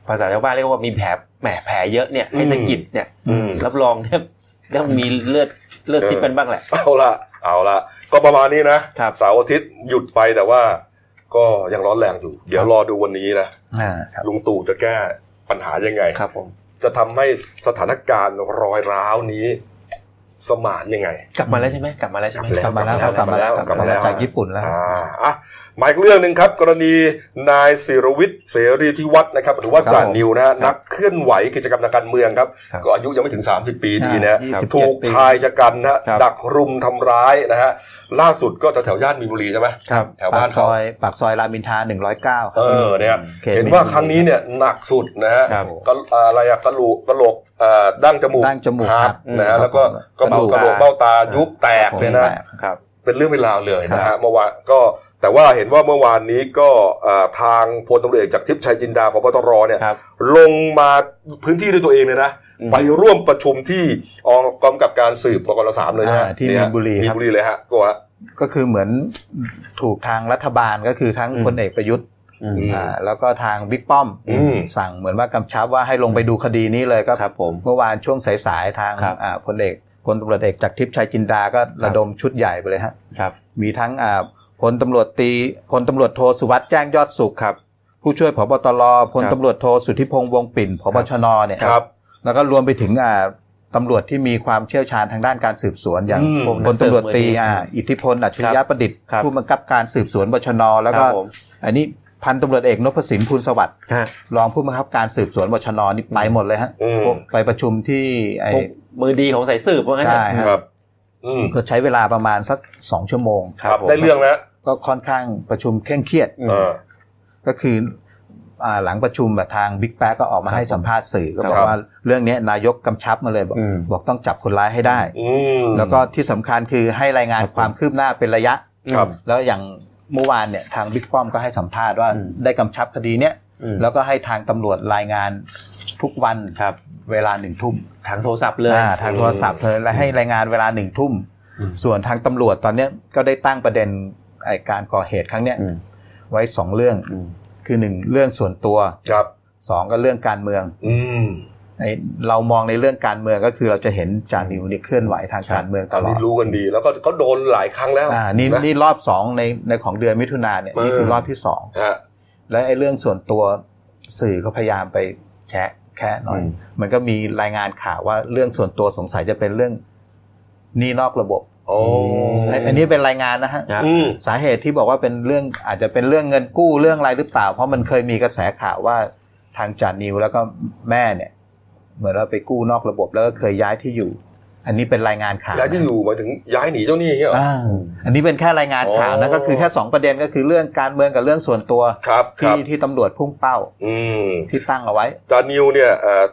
Speaker 3: ภาษาชาวบ้านเรียกว่ามีแผลแหมแผลเยอะเนี่ยให้สะกิดเนี่ย
Speaker 1: อืม
Speaker 3: รับรองเนี่ย ต้องมีเลือดเลือดซิบกันบ้างแหละ
Speaker 1: เอาละเอาละก็ประมาณนี้นะครับ เสาร์อาทิตย์หยุดไปแต่ว่า ก็ยังร้อนแรงอยู่ เดี๋ยวรอดูวันนี้นะ
Speaker 2: อ่าครับ
Speaker 1: ลุงตู่จะแก้ปัญหายังไง
Speaker 3: ครับผม
Speaker 1: จะทำให้สถานการณ์รอยร้าวนี้ สมานยังไง
Speaker 3: กลับมาแล้วใช่ไหมกลับมาแล้วใช่ไหม
Speaker 2: กลับมาแล้วครับกลับมาแล้ว
Speaker 1: กลับมาแล้ว
Speaker 2: กลับมาจากญี่ปุ่นแล้ว
Speaker 1: อ่าอ่ะหมายเรื่องหนึ่งครับ กรณีนายศิรวิทย์เสรีที่วัดนะครับ หรือว่า
Speaker 2: ครับ
Speaker 1: จ่านิวนะฮะนักเคลื่อนไหวกิจกรรมทางการเมืองครับ
Speaker 3: ครับ
Speaker 1: ก็อายุยังไม่ถึง 30 ปีดีนะฮะ
Speaker 2: ครับ
Speaker 1: ถูกชายชะกันนะฮะ
Speaker 3: ครับ
Speaker 1: ดักรุมทำร้ายนะฮะล่าสุดก็แถวๆย่านมีนบุรีใช่ไหม
Speaker 3: ครับ
Speaker 1: แถวบ้าน
Speaker 2: ปกซ
Speaker 1: เขา
Speaker 2: อยปากซอยรามอินทราหนึ่งร้อยเก้าค
Speaker 1: เอ
Speaker 2: รับ
Speaker 1: อเนี่ย
Speaker 2: เขต
Speaker 1: เห็นว่าครั้งนี้เนี่ยหนักสุดนะฮะ
Speaker 3: ครับ
Speaker 1: ก็อะไรอะกระโหลกกระโหลกเอ่อดั้งจมูก
Speaker 2: ดั้งจมูก
Speaker 1: หัก
Speaker 2: หัก
Speaker 1: นะฮะ
Speaker 2: อืม
Speaker 1: แล้วก็ก
Speaker 2: ก
Speaker 1: ระ
Speaker 2: ระ
Speaker 1: เบา
Speaker 2: ดูก
Speaker 1: กระโหลกเบ้าตายุบแตกเลยนะ
Speaker 3: ครับ
Speaker 1: เป็นเรื่องเป็นราวเลยนะ
Speaker 2: ครั
Speaker 1: ฮะ
Speaker 2: บ
Speaker 1: เมื่อวานก็แต่ว่าเห็นว่าเมื่อวานนี้ก็เอ่อทางพลตำรวจเอกจากทิพย์ชัยจินดาพบตรเนี่ย
Speaker 3: ครับ
Speaker 1: ลงมาพื้นที่ด้วยตัวเองเลยนะ
Speaker 3: อืม
Speaker 1: ไปร่วมประชุมที่องกองกำกับการสืบกกรสามเลยนะฮะ
Speaker 2: อ่าที่
Speaker 1: เย
Speaker 2: มีนบุรีครับ
Speaker 1: มีนบุรีเลยฮะก็ฮะ
Speaker 2: ก็คือเหมือนถูกทางรัฐบาลก็คือทั้ง
Speaker 3: อืม
Speaker 2: พลเอกประยุทธ์
Speaker 3: อืม
Speaker 1: ม
Speaker 2: อ่าแล้วก็ทางบิ๊กป้อม
Speaker 1: อืม
Speaker 2: สั่งเหมือนว่ากำชับว่าให้ลงไปดูคดีนี้เลยก็
Speaker 3: ครับผม
Speaker 2: เมื่อวานช่วงสายๆทาง
Speaker 3: ครับ
Speaker 2: อ่าพลเอกพลตำรวจเอกจากทิพย์ชัยจินดาก็ระดมชุดใหญ่ไปเลยฮะ
Speaker 3: ครับ
Speaker 2: มีทั้งอ่าพลตำรวจตีพลตำรวจโทสุวัสด์แจ้งยอดสุข
Speaker 3: ครับ
Speaker 2: ผู้ช่วยผบตรพล
Speaker 3: ครับ
Speaker 2: ตำรวจโทสุทธิพงษ์วงปิ่นพบชนเนี่ย
Speaker 1: ครับ
Speaker 2: แล้วก็รวมไปถึงอ่าตำรวจที่มีความเชี่ยวชาญทางด้านการสืบสวน อย่าง
Speaker 1: อืม
Speaker 2: พลพลตำรวจตีอ่าอิทธิพลอัจฉริยะประดิษฐ์
Speaker 3: ครับ
Speaker 2: ผู้บังคับการสืบสวนบชนแล้วก็
Speaker 3: ครับผม
Speaker 2: อันนี้พันตำรวจเอกนพสินพูลสวัสดิ์
Speaker 3: ฮะ
Speaker 2: รองผู้บังคับการสืบสวนบชนนี่ไปหมดเลยฮะ
Speaker 1: อืม
Speaker 2: ไปประชุมที่ไอ้
Speaker 3: พวกมือดีของสายสืบว่างั้นเถ
Speaker 2: ใช่
Speaker 3: อะ
Speaker 2: ฮะ
Speaker 1: ครับอืม
Speaker 2: ก็ใช้เวลาประมาณสักสองชั่วโมง
Speaker 3: ครับผม
Speaker 1: ได้เรื่องแล้ว
Speaker 2: ก็ค่อนข้างประชุมเคร่งเครียด
Speaker 1: เออ
Speaker 2: ก็คืออ่าหลังประชุมแบบทางบิ๊กแป๊กก็ออกมาให้สัมภาษณ์สื่อก็บอ
Speaker 1: ค
Speaker 2: ก
Speaker 1: รับ
Speaker 2: ว่าเรื่องเนี้ยนายกกำชับมาเลยบอก
Speaker 3: อืม
Speaker 2: บอกต้องจับคนร้ายให้ได้
Speaker 1: อืม
Speaker 2: แล้วก็ที่สำคัญคือให้รายงาน
Speaker 3: ครับ
Speaker 2: ความคืบหน้าเป็นระยะ
Speaker 1: ครับ
Speaker 2: แล้วอย่างเมื่อวานเนี่ยทางบิ๊กป้อมก็ให้สัมภาษณ์ว่า
Speaker 3: อืม
Speaker 2: ได้กำชับคดีเนี้ย
Speaker 3: อืม
Speaker 2: แล้วก็ให้ทางตำรวจรายงานทุกวัน
Speaker 3: ครับ
Speaker 2: เวลาหนึ่งทุ่ม
Speaker 3: ทางโทรศัพท์เลย
Speaker 2: อ่าทางโทรศัพท์เลยและให้รายงานเวลาหนึ่งทุ่ม
Speaker 3: อืม
Speaker 2: ส่วนทางตำรวจตอนเนี้ยก็ได้ตั้งประเด็นไอ้การก่อเหตุครั้งเนี้ย
Speaker 3: อืม
Speaker 2: ไว้สองเรื่อง
Speaker 3: อืม
Speaker 2: คือหนึ่งเรื่องส่วนตัว
Speaker 1: ครับ
Speaker 2: สองก็เรื่องการเมือง
Speaker 1: อืม
Speaker 2: ไอ้เรามองในเรื่องการเมืองก็คือเราจะเห็นจานิวเนี่ยเคลื่อนไหวทางการเมืองต
Speaker 1: อัน
Speaker 2: ลอ
Speaker 1: นี้
Speaker 2: ด
Speaker 1: รู้กันดี แล้วก็เขาโดนหลายครั้งแล้ว
Speaker 2: อ่านี่
Speaker 1: ะ
Speaker 2: นี่รอบสองในในของเดือนมิถุนาเนี่ย
Speaker 1: เออ
Speaker 2: นี่คือรอบที่สอง
Speaker 1: ฮะ
Speaker 2: และไอ้เรื่องส่วนตัวสื่อก็พยายามไป
Speaker 3: แชะ
Speaker 2: แค่หน่อย
Speaker 3: อืม
Speaker 2: มันก็มีรายงานข่าวว่าเรื่องส่วนตัวสงสัยจะเป็นเรื่องหนี่นอกระบบ
Speaker 1: โอ้
Speaker 2: ไอ้อันนี้เป็นรายงานนะฮะ
Speaker 3: นะ
Speaker 1: อืม
Speaker 2: สาเหตุที่บอกว่าเป็นเรื่องอาจจะเป็นเรื่องเงินกู้เรื่องอะไรหรือเปล่า เพราะมันเคยมีกระแสข่าวว่าทางจานิวแล้วก็แม่เนี่ย เหมือนว่าไปกู้นอกระบบแล้วก็เคยย้ายที่อยู่ อันนี้เป็นรายงานข่าว
Speaker 1: ย้ายที่อยู่หมายถึงย้ายหนีเจ้าหนี้อย่างเงี้ยเหรอ
Speaker 2: อ่าอันนี้เป็นแค่รายงานข่าวนะ
Speaker 1: อ๋อ
Speaker 2: ก็คือแค่สองประเด็นก็คือเรื่องการเมืองกับเรื่องส่วนตัว
Speaker 1: ครับค
Speaker 2: ที่
Speaker 1: รับ
Speaker 2: ที่ตำรวจพุ่งเป้า
Speaker 1: อืม
Speaker 2: ที่ตั้งเอาไว้
Speaker 1: จานิวเนี่ยเอ่อ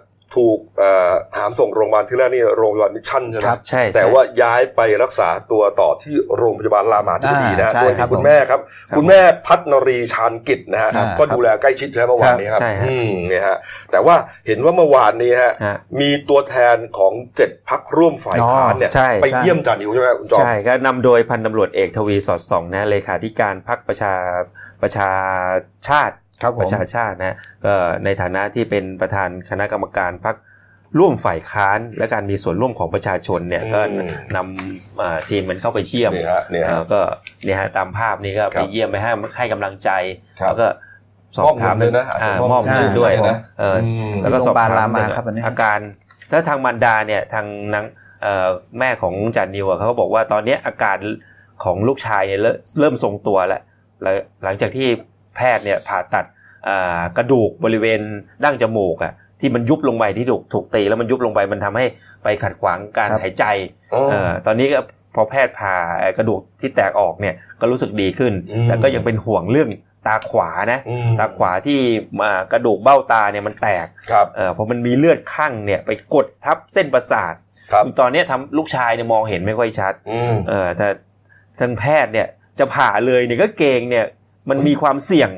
Speaker 1: ถูกเอ่อหามส่งโรงพยาบาลที่แรกนี่โรงพยาบาลมิชชั่นใช่ไหม
Speaker 2: ครับ
Speaker 3: ใช่ใช่
Speaker 1: แต่ว่าย้ายไปรักษาตัวต่อที่โรงพยาบาลรามาธิบดีนะ
Speaker 2: อ่าใช่
Speaker 1: โดย
Speaker 2: ครับ
Speaker 1: ที่คุณแม่ครับ
Speaker 2: ครับ
Speaker 1: คุณแม่พัฒนรีชาญกิจนะฮะ
Speaker 2: อ่า
Speaker 1: ก็
Speaker 2: ครับ
Speaker 1: ดูแลใกล้ชิดใช่ไหมเมื่อวานนี้ครับ
Speaker 3: ใช่ฮะ
Speaker 1: อืมเนี่ยฮะแต่ว่าเห็นว่าเมื่อวานนี้ฮะ
Speaker 3: ฮะ
Speaker 1: มีตัวแทนของเจ็ดพักร่วมฝ่ายค้านเนี่ย
Speaker 3: อ๋อใช่
Speaker 1: ไปเยี่ยมจานิวใช่ไหมคุณจอม
Speaker 3: ใช่ก็นำโดยพันตำรวจเอกทวีสอดส่องนะเลขาธิการพักประชาประชาชาติ
Speaker 2: ครับผ
Speaker 3: ป
Speaker 2: ม
Speaker 3: ระชาชาตินะเอ่อในฐานะที่เป็นประธานคณะกรรมการพักร่วมฝ่ายค้าน และการมีส่วนร่วมของประชาชนเนี่ย
Speaker 1: อืม
Speaker 3: ก็นำเอ่อทีมมันเข้าไปเยี่ยม
Speaker 1: เนี่ยฮะเนี่ยฮะ
Speaker 3: แล้วก็เนี่ยฮะตามภาพนี่ก็
Speaker 1: ครั
Speaker 3: ไป
Speaker 1: บ
Speaker 3: เยี่ยมไปให้ให้กำลังใจ
Speaker 1: ครับ
Speaker 3: แล้วก็สอบถา
Speaker 1: ม
Speaker 3: ม
Speaker 1: อบเงินด้วยนะอา
Speaker 3: อ่า
Speaker 1: จจะม
Speaker 3: ม
Speaker 1: อ
Speaker 3: อ
Speaker 1: บบ เงิน
Speaker 3: เงินด้วย
Speaker 1: ด้วยนะ
Speaker 3: เออ
Speaker 1: ม
Speaker 3: แล้วก็สอบถาม
Speaker 2: โรงพยาบาลรามาครับอันนี้
Speaker 3: อาการถ้าทางมารดาเนี่ยทางนางเอ่อแม่ของจานนิวอะเขาก็บอกว่าตอนเนี้ยอาการของลูกชายเนี่ยเริ่มเริ่มทรงตัวแล้วแล้วหลังจากที่แพทย์เนี่ยผ่าตัดเอ่อกระดูกบริเวณดั้งจมูกอะที่มันยุบลงไปที่ถูกถูกตีแล้วมันยุบลงไปมันทำให้ไปขัดขวางการ
Speaker 2: ครับ
Speaker 3: หายใจเอ่อตอนนี้ก็พอแพทย์ผ่าเอ่อกระดูกที่แตกออกเนี่ยก็รู้สึกดีขึ้น
Speaker 1: อืม
Speaker 3: แต่ก็ยังเป็นห่วงเรื่องตาขวานะ
Speaker 1: อืม
Speaker 3: ตาขวาที่มากระดูกเบ้าตาเนี่ยมันแตก
Speaker 1: ครับ
Speaker 3: เอ่อเพราะมันมีเลือดข้างเนี่ยไปกดทับเส้นประสาท
Speaker 1: ครับ
Speaker 3: ตอนเนี้ยทำลูกชายเนี่ยมองเห็นไม่ค่อยชัด
Speaker 1: อืม
Speaker 3: เออแต่ทางแพทย์เนี่ยจะผ่าเลยเนี่ยก็เกรงเนี่ยมันมีความเสี่ยง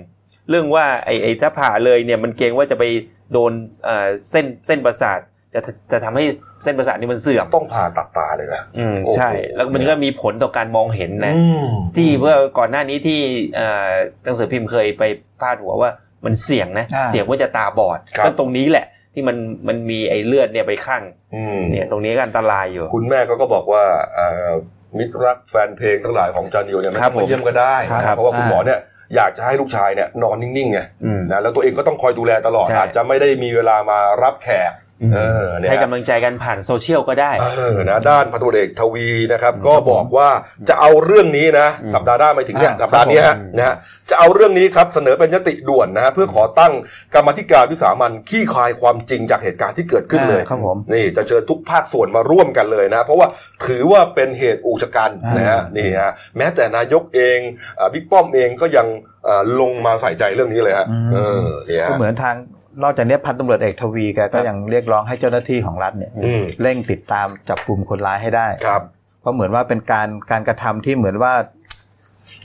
Speaker 3: เรื่องว่าไอ้ไอ้ถ้าผ่าเลยเนี่ยมันเกรงว่าจะไปโดนเอ่อเส้นเส้นประสาทจะจะทำให้เส้นประสาทนี่มันเสื่อม
Speaker 1: ต้องผ่าตัดตาเลยนะ
Speaker 3: อืม
Speaker 1: โอ้โห
Speaker 3: ใช่ แล้วมันก็มีผลต่อการมองเห็นนะ
Speaker 1: อืม
Speaker 3: ที่เมื่อก่อนหน้านี้ที่เอ่อหนังสือพิมพ์เคยไปพาดหัวว่ามันเสี่ยงนะ
Speaker 2: อ่า
Speaker 3: เสี่ยงว่าจะตาบอดก็ตรงนี้แหละ ที่มันมันมีไอ้เลือดเนี่ยไปข้าง
Speaker 1: อืม
Speaker 3: เนี่ยตรงนี้ก็อันตรายอยู่
Speaker 1: คุณแม่ก็ก็บอกว่าเอ่อมิตรรักแฟนเพลงทั้งหลายของจานิวเนี่ยไม่
Speaker 3: ครับ
Speaker 1: ต้องมาเยี่ยมก็ได้นะครับ เพราะว่าคุณหมอเนี่ย อยากจะให้ลูกชายเนี่ยนอนนิ่งๆไง
Speaker 3: อืม
Speaker 1: นะแล้วตัวเองก็ต้องคอยดูแลตลอด
Speaker 3: ใช่
Speaker 1: อาจจะไม่ได้มีเวลามารับแขกเออเนี่ย
Speaker 3: ให้กำลังใจกันผ่านโซเชียลก็ได้
Speaker 1: เออนะด้านพันธุเอกทวีนะครับ
Speaker 3: อืม
Speaker 1: ก็บอกว่าจะเอาเรื่องนี้นะ
Speaker 3: อืม
Speaker 1: สัปดาห์หน้าไม่ถึงเนี่ย
Speaker 2: อ่า
Speaker 1: สัปดาห์นี้
Speaker 2: ครั
Speaker 1: ฮะ
Speaker 2: บผม
Speaker 1: นะฮะจะเอาเรื่องนี้ครับเสนอเป็นยติด่วนนะฮะเพื่อขอตั้งกรรมาธิการวิสามันขี้คลายความจริงจากเหตุการณ์ที่เกิดขึ้นเลย
Speaker 2: อ่าครับผม
Speaker 1: นี่จะเชิญทุกภาคส่วนมาร่วมกันเลยนะ เพราะว่าถือว่าเป็นเหตุอุกชะกันนะฮะ
Speaker 2: อ่านี่
Speaker 1: นี่ฮะแม้แต่นายกเองอ่าบิ๊กป้อมเองก็ยังอ่าลงมาใส่ใจเรื่องนี้เลยฮะเออเนี่ย
Speaker 2: ก็
Speaker 1: ฮะ
Speaker 2: เหมือนทางนอกจากเนี้ยพันตำรวจเอกทวีแกก็ยังเรียกร้องให้เจ้าหน้าที่ของรัฐเนี่ย
Speaker 1: อืม
Speaker 2: เร่งติดตามจับกลุ่มคนร้ายให้ได้
Speaker 1: ครับ
Speaker 2: เพราะเหมือนว่าเป็นการการกระทำที่เหมือนว่า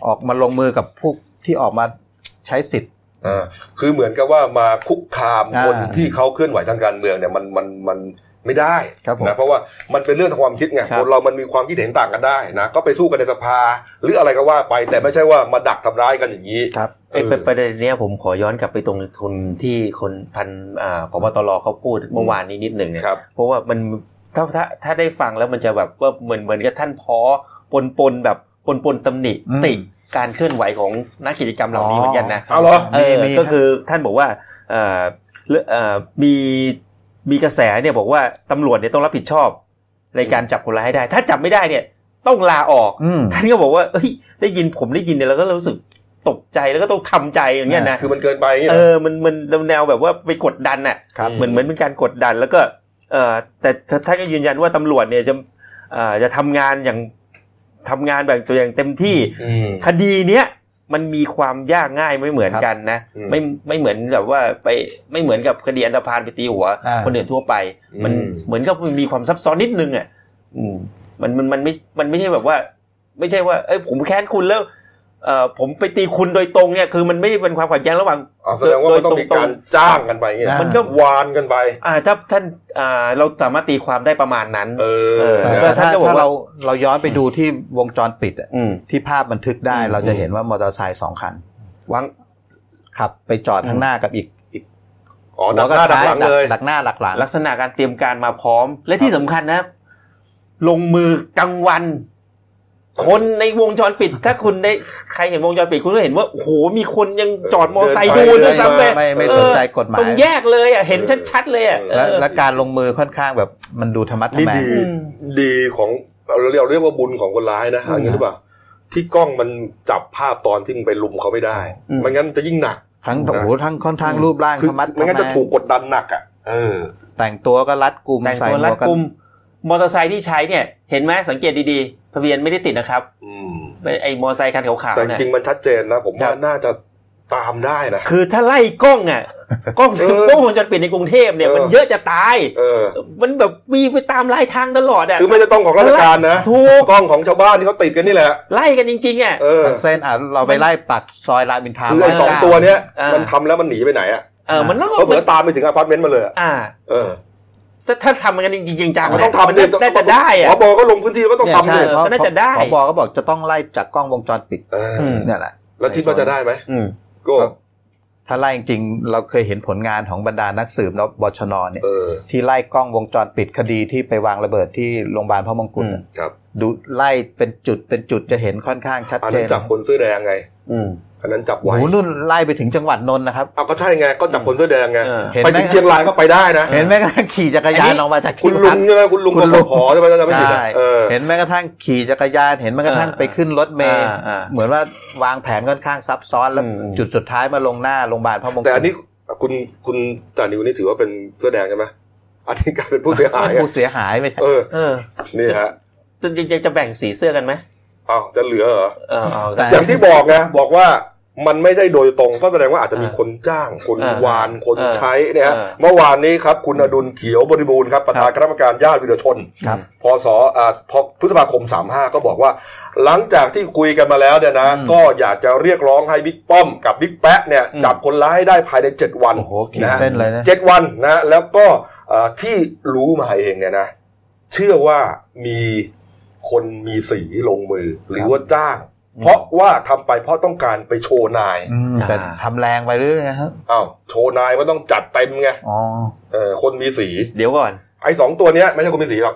Speaker 2: ออกมาลงมือกับพวกที่ออกมาใช้สิทธิ์
Speaker 1: อ่าคือเหมือนกับว่ามาคุกคาม
Speaker 2: อ่า
Speaker 1: คนที่เขาเคลื่อนไหวทางการเมืองเนี่ยมันมันมันไม่ได้
Speaker 2: ครับผม
Speaker 1: นะเพราะว่ามันเป็นเรื่องทางความคิดไง
Speaker 2: ครับ
Speaker 1: คนเรามันมีความคิดเห็นต่างกันได้นะก็ไปสู้กันในสภา หรืออะไรก็ว่าไป แต่ไม่ใช่ว่ามาดักทำร้ายกันอย่างนี้
Speaker 2: ครับ
Speaker 3: เอ้ย
Speaker 1: เออ
Speaker 3: ประประเด็นเนี้ยผมขอย้อนกลับไปตรงทุนที่คนพันอ่าพบตรเขาพูดเมื่อวานนี้นิดหนึ่งเนี่ย
Speaker 1: ครับ
Speaker 3: เพราะว่ามันถ้าถ้าถ้าได้ฟังแล้วมันจะแบบว่าเหมือนเหมือนกับท่านพอปนปนแบบปนปนตำหนิ
Speaker 2: อืม
Speaker 3: ติการเคลื่อนไหวของนักกิจกรรมเหล่านี้เหมือนกันนะ
Speaker 1: เอาเหรอ
Speaker 3: เออ
Speaker 2: มี
Speaker 3: ก็คือท่านบอกว่าเอ่อเรื่องเอ่อมีมีกระแสเนี่ยบอกว่าตำรวจเนี่ยต้องรับผิดชอบ ในการจับคนร้ายให้ได้ ถ้าจับไม่ได้เนี่ยต้องลาออก
Speaker 2: อืม
Speaker 3: ท่านก็บอกว่าเอ้ยได้ยินผมได้ยินเนี่ยแล้วก็รู้สึกตกใจแล้วก็ต้องทำใจอย่างเงี้ยนะ
Speaker 1: คือมันเกินไปอย่างงี้เห
Speaker 3: เอ
Speaker 1: รอ
Speaker 3: อมันมันมันแนวแบบว่าไปกดดันน่ะ
Speaker 2: ครับ
Speaker 3: เหมือนเหมือนเป็นการกดดันแล้วก็เออแต่ท่ท่านก็ยืนยันว่าตำรวจเนี่ยจะเอ่อจะทำงานอย่างทำงานแบบตัวอย่างเต็มที่
Speaker 1: อืม
Speaker 3: คดีเนี้ยมันมีความยากง่ายไม่เหมือนกันนะ
Speaker 1: อืม
Speaker 3: ไม่ไม่เหมือนแบบว่าไปไม่เหมือนกับคดีอันธพาลไปตีหัว
Speaker 2: อ่า
Speaker 3: คนอื่นทั่วไป มัน
Speaker 1: อืม
Speaker 3: เหมือนกับมันมีความซับซ้อนนิดนึงอ่ะอืมมันมันมันไม่มันไม่ใช่แบบว่า ไม่ใช่ว่า เอ้ยผมแค้นคุณแล้วเอ่อผมไปตีคุณโดยตรงเนี่ยคือมันไม่ได้เป็นความขัดแย้งระหว่าง
Speaker 1: อ๋อแสดงว่ามันต้องมีการจ้างกันไปอย่างงี้
Speaker 2: อ่า
Speaker 1: มันก็วานกันไป
Speaker 3: อ่าถ้าท่านอ่าเราสามารถตีความได้ประมาณนั้น
Speaker 1: เออ
Speaker 3: เออ
Speaker 1: นะ
Speaker 2: แต่
Speaker 1: ฮะ
Speaker 2: ถ้า
Speaker 3: ท่านก็บอกว่า
Speaker 2: ถ้าเราเราย้อนไปดูที่วงจรปิดอะ
Speaker 3: อืม
Speaker 2: ที่ภาพบันทึกได้
Speaker 3: อืม
Speaker 2: เราจะเห็นว่ามอเตอร์ไซค์สองคัน
Speaker 3: วาง
Speaker 2: ขับไปจอดข้างหน้ากับอีกอีก
Speaker 1: อ๋อดักหน้าดักหลังเลย
Speaker 2: ดักหน้าดักหลัง
Speaker 3: ลักษณะการเตรียมการมาพร้อม และที่สำคัญนะ ลงมือกลางวัน คนในวงจรปิด ถ้าคุณได้ใครเห็นวงจรปิดคุณก็เห็นว่าโอ้โหมีคนยังจอดมอไซค์
Speaker 1: เดิ
Speaker 3: ดู
Speaker 1: นไป
Speaker 3: ด้วยซ้ำไป
Speaker 1: เดินป
Speaker 2: ไม่ไม่
Speaker 3: เอ
Speaker 2: ส
Speaker 3: อน
Speaker 2: ใจกฎหมา
Speaker 3: ต
Speaker 2: ย
Speaker 3: รงแยกเลยอ่ะเห็นชัดๆเลยอ่ะเอ
Speaker 2: และ
Speaker 3: อ
Speaker 2: และการลงมือค่อนข้างแบบมันดูธรรมะธร
Speaker 1: นี่
Speaker 2: รแมง
Speaker 1: ดีดีของเราเรียกเรียกว่าบุญของคนร้ายนะอย่างนี้หรือเปล่า ที่กล้องมันจับภาพตอนที่มึงไปลุมเขาไม่ได้ไม่งั้นมันจะยิ่งหนัก
Speaker 2: ทั้งแบบ
Speaker 1: นะ
Speaker 2: โอ้โหทั้งค่อนข้างรูปร่าง
Speaker 1: คือ
Speaker 2: ธรรมะธร
Speaker 1: ไม่
Speaker 2: ร
Speaker 1: งั้น
Speaker 2: แม
Speaker 1: จะถูก
Speaker 2: ง
Speaker 1: กดดันหนักอ่ะเออ
Speaker 2: แต่งตัวก็รัดกุม
Speaker 3: แต่ง
Speaker 2: ใส่
Speaker 3: ตัว
Speaker 2: หมว
Speaker 3: รัด
Speaker 2: กกัน
Speaker 3: กุมมอเตอร์ไซค์ที่ใช้เนี่ย เห็นไหมสังเกตดีๆทะเบียนไม่ได้ติดนะครับ
Speaker 1: อืม
Speaker 3: ไอ้มอเตอร์ไซค์คันขาว
Speaker 1: แต่จ
Speaker 3: ๆเนี่ย
Speaker 1: ริงๆมันชัดเจนนะ ผมว่า
Speaker 3: ครับ
Speaker 1: น่าจะตามได้นะ
Speaker 3: คือถ้าไล่กล้อง อ่ะกล้อง
Speaker 1: เออก
Speaker 3: ล้องวงจรปิดในกรุงเทพเนี่ย มัน
Speaker 1: เออ
Speaker 3: เยอะจะตาย
Speaker 1: เออ
Speaker 3: มันแบบมีไปตามไล่ทางตลอดอ่ะ
Speaker 1: คือไม่จะต้องของราชการนะ
Speaker 3: ถูก
Speaker 1: กล้องของชาวบ้านที่เขาติดกันนี่แหละ
Speaker 3: ไล่กันจริงๆอ่ะ
Speaker 1: เออ
Speaker 2: ทั้งเส้นอ่ะเราไปไล่ปักซอยรามอินทรา
Speaker 1: คือไอ้
Speaker 2: ว้
Speaker 1: สอง
Speaker 2: ได้
Speaker 1: ตัวเนี้ย
Speaker 3: อ่ามั
Speaker 1: มันทำแล้วมันหนีไปไหนอ่ะ
Speaker 3: เออมันต้อง
Speaker 1: เขาเหมือนตามไปถึงอพาร์ตเมนต์มาเลยอะ
Speaker 3: อ่า
Speaker 1: เออ
Speaker 3: ถ้าถ้าทำกันจริงๆจังๆ
Speaker 1: มันต้อง
Speaker 3: มั
Speaker 1: ทำ
Speaker 3: น
Speaker 1: ดิ
Speaker 3: น่าจะได้อ่ะ
Speaker 1: ผบก็ลงพื้นที่ก็ต้อง
Speaker 2: เนี่ย
Speaker 1: ทำ
Speaker 2: ใช่
Speaker 1: เลย
Speaker 2: เพราะ
Speaker 3: ก็น่าจะได้
Speaker 2: ผบก็บอกจะต้องไล่จากกล้องวงจรปิด
Speaker 1: เอออ
Speaker 3: ม
Speaker 2: เนี่ยแหละ
Speaker 1: แล้วทิดว่าจะได้ไหม
Speaker 3: อืม
Speaker 1: โก็
Speaker 2: ถ้าไล่จริงๆเราเคยเห็นผลงานของบรรดานักสืบนบชนเนี่ย
Speaker 1: เออ
Speaker 2: ที่ไล่กล้องวงจรปิดคดีที่ไปวางระเบิดที่โรงพยาบาลพระมงกุฎ
Speaker 3: อืม
Speaker 1: ครับ
Speaker 2: ดูไล่เป็นจุดเป็นจุดจะเห็นค่อนข้างชัด
Speaker 1: อัน
Speaker 2: เจ
Speaker 1: นั้น
Speaker 2: น
Speaker 1: จับคนเสื้อแดงไง
Speaker 3: อืม
Speaker 1: อันนั้นจับ
Speaker 2: โอ้
Speaker 1: ไว้
Speaker 2: โหนู่นไล่ไปถึงจังหวัดนนท์นะครับ
Speaker 1: เอาก็ใช่ไงก็จับคนเสื้อแดงไง
Speaker 3: เออ
Speaker 1: ไปถึงเชียงรายก็ไปได้นะ
Speaker 2: เห็นแม้กระทั่งขี่จักรยา
Speaker 3: อัน
Speaker 2: น
Speaker 3: นี้
Speaker 2: ออกมาจาก
Speaker 1: คุ
Speaker 2: ที่
Speaker 1: ณลุ
Speaker 2: พั
Speaker 1: ง
Speaker 2: ก
Speaker 1: ใช่ไหมคุณลุง
Speaker 2: คุณ
Speaker 1: ก
Speaker 2: ลุ
Speaker 1: ป
Speaker 2: ง
Speaker 1: ขอใช่ไหมจะไม่ผิดอะ
Speaker 2: ใช่
Speaker 1: เออ
Speaker 2: เห็นแม้กระทั่งขี่จักรยาน เห็นแม้กระทั่ง
Speaker 3: อ่า
Speaker 2: ไปขึ้นรถเมล์
Speaker 3: อ่าอ่า
Speaker 2: เหมือนว่าวางแผนค่อนข้างซับซ้อนแล้ว
Speaker 3: อืมอืม
Speaker 2: จุดสุดท้ายมาลงหน้าโรงพยาบาลพระมงกุฎ
Speaker 1: แต่อันนี้คุณคุณจานิวนี่ถือว่าเป็นเสื้อแดงใช่ไหมอันนี้กลายเป็นผู้เสียหายอะ
Speaker 2: ผู้เสียหายไม่ใช่
Speaker 1: เออ
Speaker 3: เออ
Speaker 1: นี่ฮะ
Speaker 3: จริงๆจะแบ่งสีเสื้อกันไหม
Speaker 1: เอาจะเหลือเหรอ
Speaker 3: เออเอา
Speaker 2: แต่
Speaker 1: อย่างที่บอกไงบอกว่ามันไม่ได้โดยตรงก็แสดงว่าอาจจะมีคนจ้าง คน
Speaker 3: อ่าว
Speaker 1: านคน
Speaker 3: เออ
Speaker 1: ใช้เนี่ยฮะ
Speaker 3: เออ
Speaker 1: เมื่อวานนี้ครับ คุณอดุลเขียวบริบูรณ์ครับประธานคณะกรรมการญาติวิรชน
Speaker 2: ครับ
Speaker 1: พศอ่าพพฤษภาคม 35 ก็บอกว่า หลังจากที่คุยกันมาแล้วเนี่ยนะ
Speaker 2: อืม
Speaker 1: ก็อยากจะเรียกร้องให้บิ๊กป้อมกับบิ๊กแป๊ะเนี่ย
Speaker 3: อืม
Speaker 1: จับคนร้ายให้ได้ภายใน 7 วัน
Speaker 2: โอ้โหขีดเส้นเลยนะ
Speaker 1: เจ็ดวันนะแล้วก็อ่าที่รู้มาเองเนี่ยนะ เชื่อว่ามีคนมีสีลงมือหรือว่าจ้าง เพราะว่าทำไปเพราะต้องการไปโชว์นาย
Speaker 2: อืมแต่ทำแรงไปเรื่อยนะครับ
Speaker 1: อ้าวโชว์นายมันต้องจัดเต็มไง
Speaker 2: อ๋อ
Speaker 1: เออคนมีสี
Speaker 3: เดี๋ยวก่อน
Speaker 1: ไอ้สองตัวเนี้ยไม่ใช่คนมีสีหรอก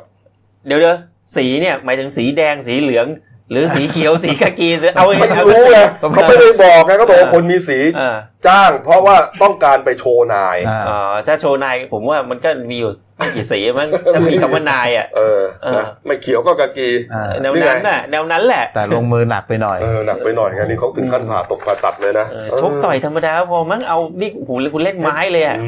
Speaker 3: เดี๋ยวเดี๋ยวสีเนี่ยหมายถึงสีแดงสีเหลือง หรือสี เขียว สีกากีหรือเอา
Speaker 1: ไม่
Speaker 3: เอา
Speaker 1: รู้ไงเขาไม่ได้บอกไงเขาบอกว่าคนมีสี
Speaker 3: เออ
Speaker 1: จ้าง เพราะว่าต้องการไปโชว์นาย
Speaker 2: อ่า
Speaker 3: อ๋อถ้าโชว์นายผมว่ามันก็มีอยู่ไม่กี่สี มั้งถ้ามีคำว่านายอ่ะ
Speaker 1: เออ
Speaker 3: เออ
Speaker 1: นะไม่เขียวก็กากี
Speaker 2: อ่า
Speaker 3: แนวนั้นน่ะแนวนั้นแหละ
Speaker 2: แต่ลงมือหนักไปหน่อย
Speaker 1: เออหนักไปหน่อยงานนี้เขาถึงขั้นผ่าตกผ่าตัดเลยนะ
Speaker 3: เออชกต่อยธรรมดาพอมั้งเอานี่หูคุณเล่นไม้เลยอ่ะ
Speaker 1: อื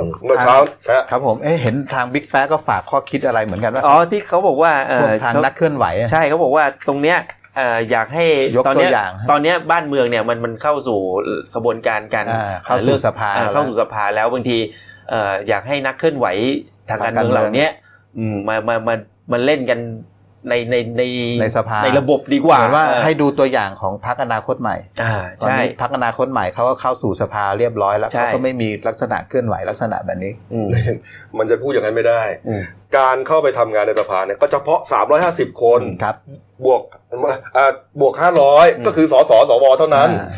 Speaker 1: มเมื่อเช้าฮะ
Speaker 2: ครับผมเอ๊ะเห็นทางบิ๊กแป๊ก็ฝากข้อคิดอะไรเหมือนกันว่า
Speaker 3: อ๋อที่เขาบอกว่าเอ
Speaker 2: ช่วง
Speaker 3: อ
Speaker 2: ทาง
Speaker 3: เขา
Speaker 2: นักเคลื่อนไหวอะ
Speaker 3: ใช่เขาบอกว่าตรงเนี้ยเอ่ออยากให้
Speaker 2: ยก
Speaker 3: ตอนเนี้ย
Speaker 2: ตัวอย่างฮะ
Speaker 3: ตอนเนี้ยบ้านเมืองเนี่ยมันมันเข้าสู่กระบวนการการ
Speaker 2: อ่าเข้าสู่
Speaker 3: ลือก
Speaker 2: สภา
Speaker 3: เอ่อเข้าสู่สภาแล้วบางทีเอ่ออยากให้นักเคลื่อนไหวทางกา
Speaker 2: ทา
Speaker 3: ร
Speaker 2: งการ
Speaker 3: เมืองเหล่าเนี้ยอืมมามามามาเล่นกันในในใน
Speaker 2: ในสภา
Speaker 3: ในระบบดีกว่า
Speaker 2: เหมือนว่า
Speaker 3: เออ
Speaker 2: ให้ดูตัวอย่างของพรรคอนาคตใหม่
Speaker 3: อ่า
Speaker 2: ตอน
Speaker 3: ใช่
Speaker 2: นี้พรรคอนาคตใหม่เขาก็เข้าสู่สภาเรียบร้อยแล้ว
Speaker 3: ใช่
Speaker 2: เขาก็ไม่มีลักษณะเคลื่อนไหวลักษณะแบบนี้
Speaker 3: อืม
Speaker 1: มันจะพูดอย่างนั้นไม่ได้
Speaker 3: อืม
Speaker 1: การเข้าไปทำงานในสภาเนี่ยก็เฉพาะ 350 คน
Speaker 2: ครับ
Speaker 1: บวกอ่าบวก 500 ก็คือสอสอสวเท่านั้น
Speaker 2: อ่า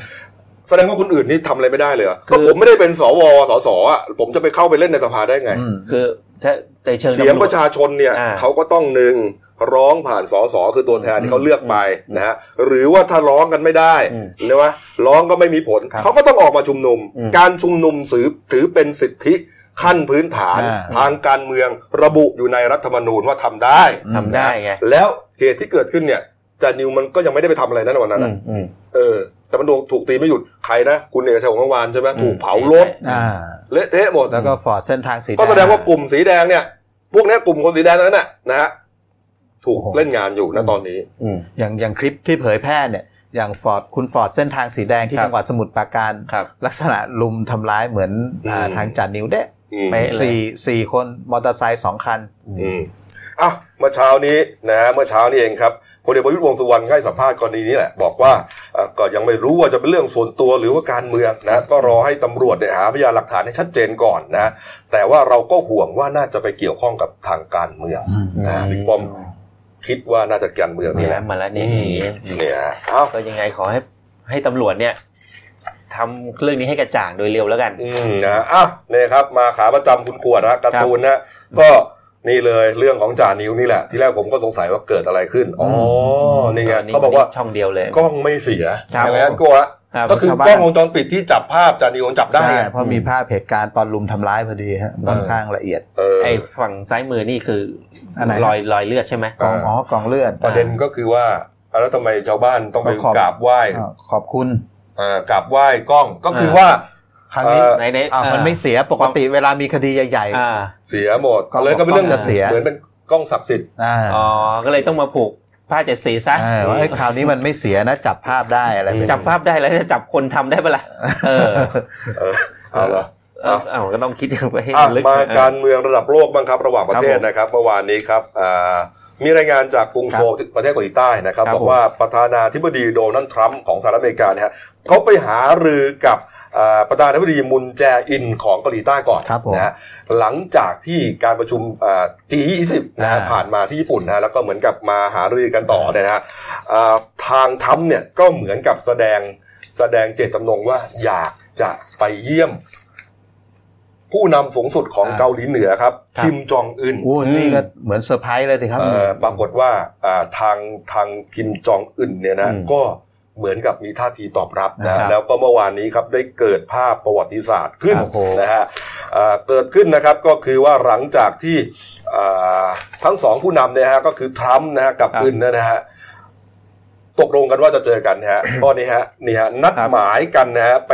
Speaker 1: แสดงว่าคนอื่นนี่ทำอะไรไม่ได้เลยเหรอ
Speaker 3: คื
Speaker 1: ก็
Speaker 3: อ
Speaker 1: ผมไม่ได้เป็นสวสสอ่ะผมจะไปเข้าไปเล่นในสภาได้ไง
Speaker 2: อืม
Speaker 3: คือถ้าในเชิง
Speaker 1: เสียง
Speaker 3: ตำวจ
Speaker 1: ประชาชนเนี่ย
Speaker 3: อ่า
Speaker 1: เขาก็ต้องหนึ่งร้องผ่านสสคือตัวแทนที่เขาเลือกไปนะฮะหรือว่าถ้าร้องกันไม่ได้
Speaker 3: อืม
Speaker 1: นะว่าร้องก็ไม่มีผล
Speaker 2: ครับ
Speaker 1: เขาก็ต้องออกมาชุมนุม
Speaker 3: อืม
Speaker 1: การชุมนุมถือถือเป็นสิทธิขั้นพื้นฐาน
Speaker 2: อ่า
Speaker 1: ทางการเมืองระบุอยู่ในรัฐธรรมนูญว่าทำได้
Speaker 3: ทำได้ไง
Speaker 1: แล้วเหตุที่เกิดขึ้นเนี่ยจานิวมันก็ยังไม่ได้ไปทำอะไรนั่นวันนั้น
Speaker 3: อื
Speaker 1: อะ
Speaker 3: มอืม
Speaker 1: เออ แต่มันโดนถูกตีไม่หยุดใครนะคุณเอกชัยของกังวานใช่ไหม
Speaker 3: อืม
Speaker 1: ถูกเผารถ
Speaker 2: อ่า
Speaker 1: เละเทะหมด
Speaker 2: แล้วก็ฟอร์ดเส้นทางสี
Speaker 1: ก็แสดง
Speaker 2: ดง
Speaker 1: ว่ากลุ่มสีแดงเนี่ย พวกเนี้ยกลุ่มคนสีแดงนั้นน่ะนะฮะถูก
Speaker 2: โอ้โห
Speaker 1: เล่นงานอยู่นะตอนนี้
Speaker 3: อืม
Speaker 2: อย่างอย่างคลิปที่เผยแพร่เนี่ย อย่างฟอร์ดคุณฟอร์ดเส้นทางสีแดงที่
Speaker 3: ครับ
Speaker 2: จังหวัดสมุทรปราการ
Speaker 3: ครับ
Speaker 2: ลักษณะลุมทำร้ายเหมือนอ่า
Speaker 1: อืม
Speaker 2: ทางจานิวเด้
Speaker 1: อืม
Speaker 3: ไม่ เลย
Speaker 2: สี่สี่คนมอเตอร์ไซค์สองคัน
Speaker 1: อืมอ่ะเมื่อเช้านี้นะฮะเมื่อเช้านี้เองครับพลเอกประยุทธ์วงษ์สุวรรณให้สัมภาษณ์กรณีนี้แหละ บอกว่าเอ่อก็ยังไม่รู้ว่าจะเป็นเรื่องส่วนตัวหรือว่าการเมืองนะก็รอให้ตำรวจเนี่ยหาพยานหลักฐานให้ชัดเจนก่อนนะแต่ว่าเราก็ห่วงว่าน่าจะไปเกี่ยวข้องกับทางการเมืองนะบิ๊กป้อมคิดว่าน่าจะการเมือง
Speaker 3: มา
Speaker 1: นี่แห
Speaker 3: แล้ว
Speaker 1: ละ
Speaker 3: มาแล้วเนี่ยอย่างงี้
Speaker 1: เนี่ยเอ้า
Speaker 3: ก็ยังไงขอให้ให้ตำรวจเนี่ยทำเรื่องนี้ให้กระจ่างโดยเร็วแล้วกัน
Speaker 1: อืมนะอ่ะเนี่ยครับ มาขาประจำคุณขวดนะการ์ตูนนะก็นี่เลยเรื่องของจ่านิวนี่แหละ ที่แรกผมก็สงสัยว่าเกิดอะไรขึ้นอ๋อนี่ไงเขาบอกว่า
Speaker 3: ช่องเดียวเลย
Speaker 1: กล้องไม่เสีย
Speaker 3: ครับ
Speaker 1: ใช่ไหมครับกลัว
Speaker 3: ครับ
Speaker 1: ก็คือกล้องวงจรปิดที่จับภาพจานิวจับได้
Speaker 2: ใช่
Speaker 1: ไง
Speaker 2: เพราะมีภาพเหตุการณ์ตอนลุมทำร้ายพอดีฮะค่อนข้างละเอียด
Speaker 1: เออ
Speaker 3: ไอ้ฝั่งซ้ายมือนี่คืออน
Speaker 2: ไหน
Speaker 3: รอยรอยเลือดใช่ไหม
Speaker 2: กอง
Speaker 1: เอออ๋
Speaker 2: อ๋อกองเลือด
Speaker 1: ประเด็นก็คือว่าเอาแล้วทำไมชาวบ้านต้องไป
Speaker 2: ขอบ
Speaker 1: กราบไหว้
Speaker 2: อ่าขอบคุณ
Speaker 1: เอ่อกราบไหว้กล้องก็คือ
Speaker 3: เออ
Speaker 1: ว่า
Speaker 2: ครั้งนี้
Speaker 1: เอ
Speaker 3: ไหนไหน
Speaker 2: อ้าวมันไม่เสียปกติเวลามีคดีใหญ่
Speaker 3: อ่า
Speaker 1: เสียหมด
Speaker 2: กล้อง
Speaker 1: เลยก็เป็นเรื่อง
Speaker 2: กล้องจะเสีย
Speaker 1: เหมือนเป็นกล้องศักดิ์สิทธิ์
Speaker 2: ๆอ่า
Speaker 3: อ๋อ ก็เลยต้องมาผูกผ้าเจ็ดสีซะ
Speaker 2: เออว่าเอ้ยคราวนี้มันไม่เสียนะจับภาพได้อะไรแบบนี้
Speaker 3: จับภาพได้แล้วจะจับคนทำได้ปะล่ะเออ
Speaker 1: เออเอาละ
Speaker 3: เออเอาก็ต้องคิดไปให้
Speaker 1: อ่ะ
Speaker 3: ลึก
Speaker 1: มาการเมืองระดับโลกบ้างครับระหว่างประเทศ
Speaker 3: ครับผม
Speaker 1: นะครับเมื่อวานนี้ครับอ่ามีรายงานจากกรุงโซลประเทศเกาหลีใต้นะครับ
Speaker 3: ครับ
Speaker 1: บอกว่าประธานาธิบดีโดนัลด์ทรัมป์ของสหรัฐอเมริกานะฮะเขาไปหารือกับอ่าประธานาธิบดีมุนแจอินของเกาหลีใต้ก่อน
Speaker 2: ครับผม
Speaker 1: นะฮะหลังจากที่การประชุมอ่า G20 นะฮะ
Speaker 2: อ่า
Speaker 1: ผ่านมาที่ญี่ปุ่นนะฮะแล้วก็เหมือนกับมาหารือกันต่อเนี่ยนะฮะอ่าทางทรัมป์เนี่ยก็เหมือนกับแสดงแสดงเจตจำนงว่าอยากจะไปเยี่ยม ผู้นำสูงสุดของ
Speaker 2: อ่า
Speaker 1: เกาหลีเหนือครับ
Speaker 2: ครับ
Speaker 1: คิมจองอึน
Speaker 2: อู้นี่ก็เหมือนเซอร์ไพรส์เลยสิครับ
Speaker 1: เอ่อปรากฏว่าอ่าทางทางคิมจองอึนเนี่ยนะ
Speaker 3: อืม
Speaker 1: ก็เหมือนกับมีท่าทีตอบรับ
Speaker 2: ครั
Speaker 1: นะ
Speaker 2: บ
Speaker 1: แล้วก็เมื่อวานนี้ครับได้เกิดภาพประวัติศาสตร์ขึ้น
Speaker 2: โอ้โห
Speaker 1: นะฮะอ่าเกิดขึ้นนะครับก็คือว่าหลังจากที่อ่าทั้งสองผู้นำเนี่ยฮะก็คือทรัมป์นะฮะกับ
Speaker 3: ครับ
Speaker 1: อึนเนยนะฮะตกลงกันว่าจะเจอกันนะฮะ ก็นี่ฮะนี่ฮะนัด
Speaker 3: ครับ
Speaker 1: หมายกันนะฮะไป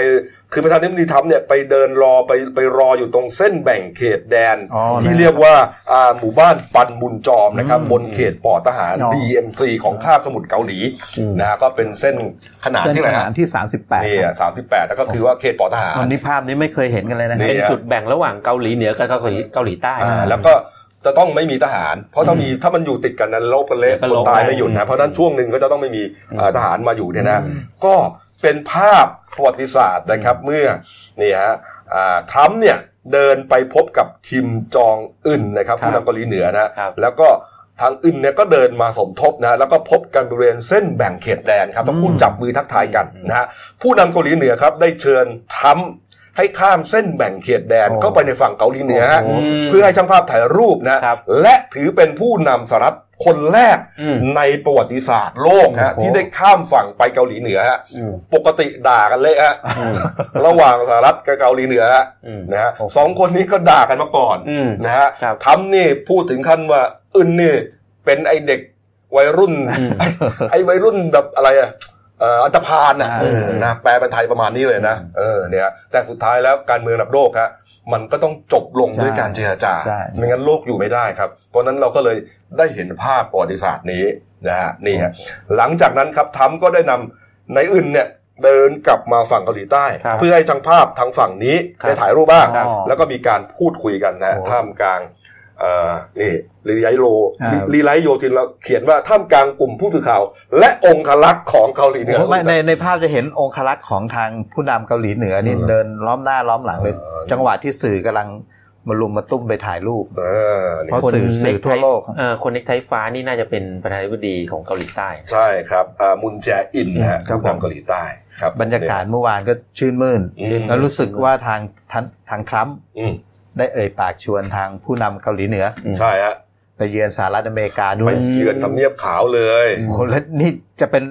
Speaker 1: คือประธานาธิบดีทรัมป์เนี่ยไปเดินรอไปไปรออยู่ตรงเส้นแบ่งเขตแดน
Speaker 2: อ๋อ
Speaker 1: ที่
Speaker 2: นะ
Speaker 1: เรียกว่าอ่าหมู่บ้านปันบุญจอมนะครับ บนเขตปอทหาร
Speaker 2: อ๋อ
Speaker 1: DMC ของคาบสมุทรเกาหลี
Speaker 3: อืม
Speaker 1: นะฮะก็เป็นเส้นขนาด
Speaker 2: เส้น
Speaker 1: ที่
Speaker 2: ข
Speaker 1: ไหน
Speaker 2: นาน
Speaker 1: ฮะ
Speaker 2: ที่ 38
Speaker 1: นี่สามสิบแปดแล้วก็คือว่าเขตปอทหาร
Speaker 2: วันนี้ภาพนี้ไม่เคยเห็นกันเลยนะ
Speaker 1: นี่
Speaker 3: เป็นจุดแบ่งระหว่างเกาหลีเหนือกับเกาหลีเกาหลีใต้
Speaker 1: อ่าแล้วก็จะต้องไม่มีทหาร เพราะถ้ามีถ้ามันอยู่ติดกันนั้นลบกันเละ
Speaker 3: ก็
Speaker 1: ค
Speaker 3: ล
Speaker 1: น
Speaker 3: บ
Speaker 1: ตาย
Speaker 3: ไป
Speaker 1: ไม่หยุด
Speaker 3: อื
Speaker 1: นะ
Speaker 3: ม
Speaker 1: เพราะฉะนั้นช่วงหนึ่งก็จะต้องไม่มีเอ่อทหารมาอยู่เนี่ยนะก็เป็นภาพประวัติศาสตร์นะครับเมื่อนี่ฮะอ่าทรัมป์เนี่ยเดินไปพบกับคิมจองอึนนะครับ
Speaker 3: ครับ
Speaker 1: ผู้นำเกาหลีเหนือนะครับ แล้วก็ทางอึนเนี่ยก็เดินมาสมทบนะแล้วก็พบกันบริเวณเส้นแบ่งเขตแดนครับทั้งคู่จับมือทักทายกันนะฮะผู้นำเกาหลีเหนือครับได้เชิญทรัมป์ ให้ข้ามเส้นแบ่งเขตแดน
Speaker 2: โอ้
Speaker 1: เข้าไปในฝั่งเกาหลีเหนือฮะ
Speaker 2: โอ้โห
Speaker 3: ม
Speaker 1: เพื่อให้ช่างภาพถ่ายรูปนะครับและถือเป็นผู้นำสหรัฐคนแรก
Speaker 3: อืม
Speaker 1: ในประวัติศาสตร์โลกฮะ
Speaker 2: โอ้โห
Speaker 1: ที่ได้ข้ามฝั่งไปเกาหลีเหนือฮะ
Speaker 3: อืม
Speaker 1: ปกติด่ากันเละฮะ
Speaker 3: อืม
Speaker 1: ระหว่างสหรัฐกับเกาหลีเหนือฮะ
Speaker 3: อืม
Speaker 1: นะฮะ
Speaker 2: โอ้โห
Speaker 1: สองคนนี้ก็ด่ากันมาก่อน
Speaker 3: อืม
Speaker 1: นะฮะ
Speaker 3: ครับ
Speaker 1: ทำนี่พูดถึงขั้นว่าอึนนี่เป็นไอเด็กวัยรุ่น
Speaker 3: อืม
Speaker 1: ไอวัยรุ่นแบบอะไรอะเอ่ออันตรพานอ่ะ
Speaker 2: อ่า
Speaker 1: เออนะแปลเป็นไทยประมาณนี้เลยนะเออเนี่ยแต่สุดท้ายแล้วการเมืองระดับโลกฮะมันก็ต้องจบลงด้วยการเจรจา
Speaker 2: ใช่
Speaker 1: ไม่งั้นโลกอยู่ไม่ได้ครับ เพราะนั้นเราก็เลยได้เห็นภาพประวัติศาสตร์นี้นะฮะนี่ฮะหลังจากนั้นครับทั้มก็ได้นำในายอึนเนี่ยเดินกลับมาฝั่งเกาหลีใต้
Speaker 3: ครับ
Speaker 1: เพื่อให้ช่างภาพทางฝั่งนี้
Speaker 3: ครับ
Speaker 1: ได้ถ่ายรูปบ้าง
Speaker 2: ครับ
Speaker 1: แล้วก็มีการพูดคุยกันนะฮะ
Speaker 2: โอ้
Speaker 1: ท่ามกลางเอ่อนี่ลีไลโล
Speaker 2: อ่า
Speaker 1: ลีลีไลโยทินเราเขียนว่าท่ามกลางกลุ่มผู้สื่อข่าว และองคลักษ์ของเกาหลีเหนือ
Speaker 2: ไม่ในในภาพจะเห็นองคลักษ์ของทางผู้นำเกาหลีเหนือนี่
Speaker 1: อืม
Speaker 2: เดินล้อมหน้าล้อมหลังเลย
Speaker 1: เออ
Speaker 2: จังหวะที่สื่อกำลังมาลุมมาตุ้มไปถ่ายรูป
Speaker 1: เออนี่
Speaker 2: เพราะ
Speaker 3: คน
Speaker 2: สื่อสื่อทั่วโลก
Speaker 3: เอ่อคนเน็กไทฟ้านี่น่าจะเป็นประธานาธิบดีของเกาหลีใต้
Speaker 1: ใช่ครับอ่ามุนแจอินนะฮะ
Speaker 2: ครับ
Speaker 1: ผู้
Speaker 2: ผม
Speaker 1: นำเกาหลีใต้ครับ
Speaker 2: บรรยากาศเมื่อวานก็ชื่นมื่น
Speaker 1: อืม
Speaker 2: แล้วรู้สึกว่าทางทางทางทรัมป์
Speaker 1: อืม
Speaker 2: ได้เอ่ยปากชวนทางผู้นำเกาหลีเหนือ
Speaker 3: อืม
Speaker 1: ใช่ฮะ
Speaker 2: ไปเยือนสหรัฐอเมริกาด้
Speaker 1: ไป
Speaker 2: วย
Speaker 1: เยือนทำเนียบขาวเลย
Speaker 2: โอ้โหและนี่จะเป็น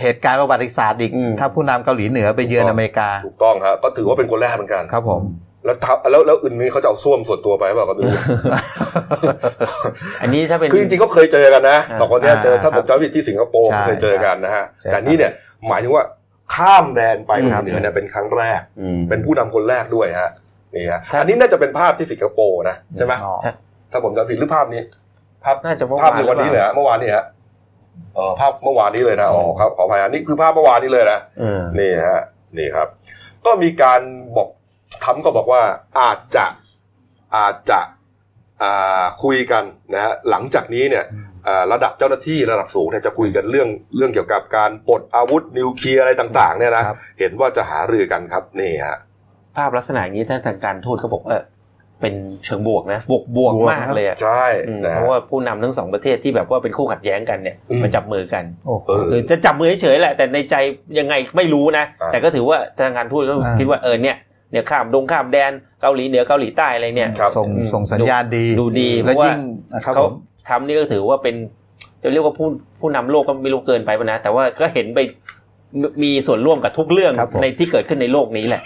Speaker 2: เหตุการณ์ประวัติศาสตร์อีก
Speaker 3: อืม
Speaker 2: ถ้าผู้นำเกาหลีเหนือไปเยือนอเมริกา
Speaker 1: ถูกต้องฮะก็ถือว่าเป็นคนแรกเหมือนกัน
Speaker 2: ครับผม
Speaker 1: แล้วทับแล้วแล้วอื่นนี้เขาจะเอาส้วมส่วนตัวไปหรือเปล่าก็ไม่รู้
Speaker 3: อันนี้ถ้าเป็น
Speaker 1: คือจริงๆก็เคยเจอกันนะ
Speaker 3: อ่า
Speaker 1: สองคนเนี้ยเจอ
Speaker 2: อ่า
Speaker 1: ถ้าผมจำไม่ผิดที่สิงคโปร์
Speaker 2: ใช่
Speaker 1: เคยเจอกันนะฮะ
Speaker 2: ใช่
Speaker 1: แต่นี่เนี่ยหมายถึงว่าข้ามแดนไป
Speaker 3: ครั
Speaker 1: เกา
Speaker 3: บ
Speaker 1: หลีเหนือเนี่ยเป็นครั้งแรก
Speaker 3: อืม
Speaker 1: เป็นผู้นำคนแรกด้วยฮะนี่ฮะ
Speaker 3: ครับ
Speaker 1: อันนี้น่าจะเป็นภาพที่สิงคโปร์นะใช่ไหม
Speaker 2: อ๋อ
Speaker 1: ถ้าผมจำผิดหรือภาพนี้ภาพ
Speaker 3: น่าจะเมื่อ
Speaker 1: ภาพในวันนี้
Speaker 3: ห
Speaker 1: เล
Speaker 3: รื
Speaker 1: ย
Speaker 3: อปา
Speaker 1: ฮะเมื่อวานนี้ฮะเออภาพเมื่อวานนี้เลยนะอ๋อครับขออภัยฮะนี่คือภาพเมื่อวานนี้เลยนะ
Speaker 3: เออ
Speaker 1: นี่ฮะนี่ครับ ก็มีการบอกทำก็บอกว่าอาจจะอาจจะอ่าคุยกันนะฮะหลังจากนี้เนี่ยอ่าระดับเจ้าหน้าที่ระดับสูงเนี่ยจะคุยกันเรื่องเรื่องเกี่ยวกับการปลดอาวุธนิวเคลียร์อะไรต่างๆเนี่ยนะครับ เห็นว่าจะหารือกันครับนี่ฮะ
Speaker 3: ภาพลักษณะอย่างนี้ถ้าทางการทูตเขาบอกเออเป็นเชิงบวกนะบวกบวก
Speaker 2: บวก
Speaker 3: มาก
Speaker 2: ครับ
Speaker 3: เลยอะ
Speaker 1: ใช่
Speaker 3: อืม
Speaker 1: นะฮะ
Speaker 3: เพราะว่าผู้นำทั้งสองประเทศที่แบบว่าเป็นคู่ขัดแย้งกันเนี่ย
Speaker 1: อืม
Speaker 3: มาจับมือกัน
Speaker 2: โอ้โห
Speaker 1: เออ
Speaker 3: คือจะจับมือเฉยๆแหละ แต่ในใจยังไงไม่รู้นะ
Speaker 1: อ่า
Speaker 3: แต่ก็ถือว่าทางการทูตก็
Speaker 2: อ่า
Speaker 3: คิดว่าเออเนี่ยเนี่ยข้ามดงข้ามแดนเกาหลีเหนือเกาหลีใต้อะไรเนี่ย
Speaker 1: ครับ
Speaker 2: ส่ง
Speaker 3: อืม
Speaker 2: ส่งสัญญาณดี
Speaker 3: ดูดี
Speaker 2: และ
Speaker 3: เพราะว่ายิ่
Speaker 2: ยิ่งนะครับผ
Speaker 3: เขา
Speaker 2: ม
Speaker 3: ทำนี่ก็ถือว่าเป็นจะเรียกว่าผู้ผู้นำโลกก็ไม่รู้เกินไปปะนะ แต่ว่าก็เห็นไปมีส่วนร่วมกับทุกเรื่อง
Speaker 2: ครับผม
Speaker 3: ในที่เกิดขึ้นในโลกนี้แหละ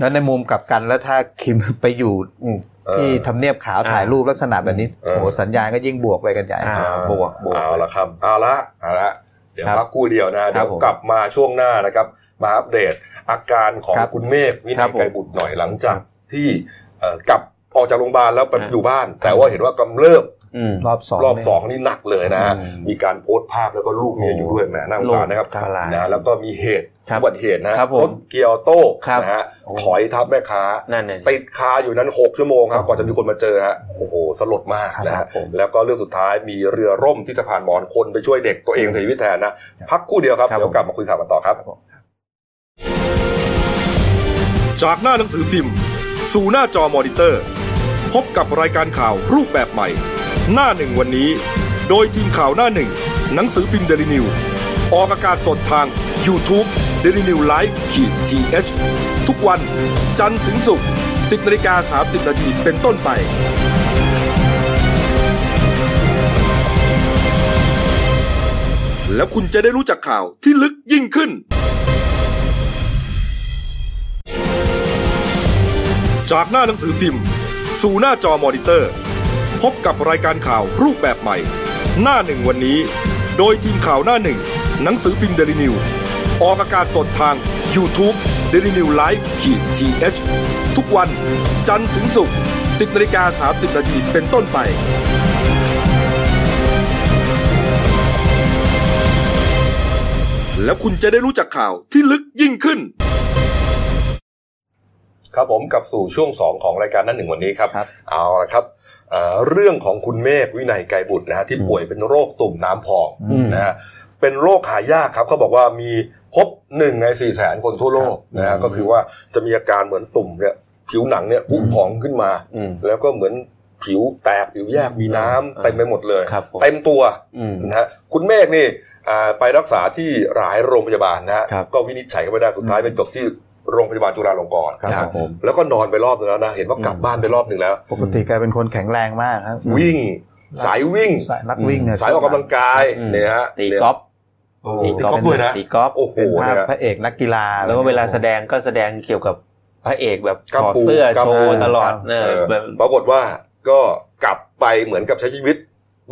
Speaker 2: แล้วในมุมกลับกันแล้วถ้าคิมไปอยู่
Speaker 1: เออ
Speaker 2: ที่ทำเนียบขาว
Speaker 3: อ่า
Speaker 2: ถ่ายรูปลักษณะแบบนี้
Speaker 1: เออ
Speaker 2: โอ้โหสัญญาณก็ยิ่งบวกไปกันใหญ่
Speaker 3: อ่า
Speaker 1: อ่า
Speaker 3: บวกบวก
Speaker 1: เอาละครับเอาละเอาละเดี๋ยว
Speaker 3: ครับ
Speaker 1: พักกู้เดียวนะเดี๋ยว
Speaker 3: ผม
Speaker 1: กลับมาช่วงหน้านะครับ มาอัปเดตอาการของ
Speaker 2: ครับ
Speaker 1: คุณเมฆวิ
Speaker 3: ครั
Speaker 1: นั
Speaker 3: บ
Speaker 1: ย
Speaker 3: ผม
Speaker 1: ไกรบุตรหน่อยหลังจากที่เอ่อกลับออกจากโรงพยาบาลแล้วไป
Speaker 3: อ่า
Speaker 1: อยู่บ้าน แต่ว่าเห็นว่ากำเริบ
Speaker 3: อืม
Speaker 2: รอบสอง
Speaker 1: รอบสองนี่หนักเลยนะฮะ
Speaker 3: อืม
Speaker 1: มีการโพสต์ภาพแล้วก็ลูกเมียอยู่ด้วยแหมน่าสงสารนะครับ
Speaker 3: ลูกประหลาด
Speaker 1: นะฮะแล้วก็มีเหตุ
Speaker 3: ครับ
Speaker 1: อุบัติเหตุนะฮะ
Speaker 3: ครับผม
Speaker 1: รถเกียร์ออโต้
Speaker 3: ครับ
Speaker 1: นะฮะ
Speaker 3: โอ้
Speaker 1: ถอยทับแม่ค้า
Speaker 3: นั่นน่ะ
Speaker 1: ติดคาอยู่นั้นหกชั่วโมงครับกว่าจะมีคนมาเจอฮะโอ้โหสลดมากนะ
Speaker 3: ครั
Speaker 1: ฮะ
Speaker 3: บผม
Speaker 1: แล้วก็เรื่องสุดท้ายมีเรือร่มที่สะพานมอนคนไปช่วยเด็กตัวเองเสียชีวิตแทนนะ พักครู่เดียวครับ
Speaker 3: ครับผม
Speaker 1: เดี๋ยวกลับมาคุยข่าวกันต่อครับ จากหน้าหนังสือพิมพ์ สู่หน้าจอมอนิเตอร์ พบกับรายการข่าวรูปแบบใหม่ หน้าหนึ่งวันนี้ โดยทีมข่าวหน้าหนึ่ง หนังสือพิมพ์เดลิวิวออกอากาศสดทาง y o u t u เด d ิวิวไลฟ์ขีดทีเทุกวันจันทร์ถึงศุกร์10นาฬิกา30นาทีเป็นต้นไป แล้วคุณจะได้รู้จักข่าวที่ลึกยิ่งขึ้น จากหน้าหนังสือพิมพ์ สู่หน้าจอมอนิเตอร์ พบกับรายการข่าวรูปแบบใหม่ หน้าหนึ่งวันนี้ โดยทีมข่าวหน้าหนึ่ง หนังสือพิมพ์เดลิวิวออกอากาศสดทาง y o u t u เด d ิวิวไลฟ์ขีดทีเทุกวันจันทร์ถึงศุกร์10นาฬิกา30นาทีเป็นต้นไป แล้วคุณจะได้รู้จักข่าวที่ลึกยิ่งขึ้น ครับผมกลับสู่ช่วง 2 ของรายการนั่นหนึ่งวันนี้ครับ
Speaker 2: ครับ
Speaker 1: เอาละครับเอ่อเรื่องของคุณเมฆวินัยไกรบุตรนะฮะที่ป่วยเป็นโรคตุ่มน้ำพอง
Speaker 3: อืม
Speaker 1: นะฮะเป็นโรคหายากครับเขาบอกว่ามีพบหนึ่งในสี่แสนคนทั่วโลกนะฮะก็คือว่าจะมีอาการเหมือนตุ่มเนี่ยผิวหนังเนี่ยพุ่งพองขึ้นมา
Speaker 3: อืม
Speaker 1: แล้วก็เหมือนผิวแตกผิวแยกมีน้ำเต็มไปหมดเลย
Speaker 3: ครับผม
Speaker 1: เต็มตัว
Speaker 3: อืม
Speaker 1: นะฮะคุณเมฆนี่อ่าไปรักษาที่หลายโรงพยาบาลนะฮะ
Speaker 3: ครับ
Speaker 1: ก็วินิจฉัยก็ไม่ได้สุดท้ายเป็นจบที่
Speaker 4: โรงพยาบาลจุฬาลงกรณ์
Speaker 2: ครับ
Speaker 4: นะฮะ
Speaker 2: ผม
Speaker 4: แล้วก็นอนไปรอบหนึงแล้วนะ เห็นว่ากลับบ้านไปรอบหนึ่งแล้ว
Speaker 2: ปกติแกเป็นคนแข็งแรงมากครับ
Speaker 4: วิ่ง สายวิ่ง
Speaker 2: สายนักวิ่งเนี่ย
Speaker 4: สายออกกำลังกาย
Speaker 3: อืม
Speaker 4: เนี่ยฮะ
Speaker 3: ตี
Speaker 4: เนี่ย
Speaker 3: กอล์ฟ
Speaker 4: โอ้ตีกอล์ฟด้วยนะ
Speaker 3: ตีกอล์ฟ
Speaker 4: โอ้โห
Speaker 2: เป็นภาพ
Speaker 4: นะฮะ
Speaker 2: พระเอกนักกีฬา
Speaker 3: แล้วก็เวลาแสดงก็แสดงเกี่ยวกับพระเอกแบบ
Speaker 4: กระ
Speaker 3: ถอด
Speaker 4: ปู
Speaker 3: เสื้อก
Speaker 4: ระ
Speaker 3: โช
Speaker 4: ปู
Speaker 3: ว์ตลอ
Speaker 2: ค
Speaker 3: ด
Speaker 2: รับ
Speaker 3: เอ
Speaker 4: เอ
Speaker 3: อ
Speaker 4: อ
Speaker 3: แบบ
Speaker 4: ปรากฏว่าก็กลับไปเหมือนกับใช้ชีวิต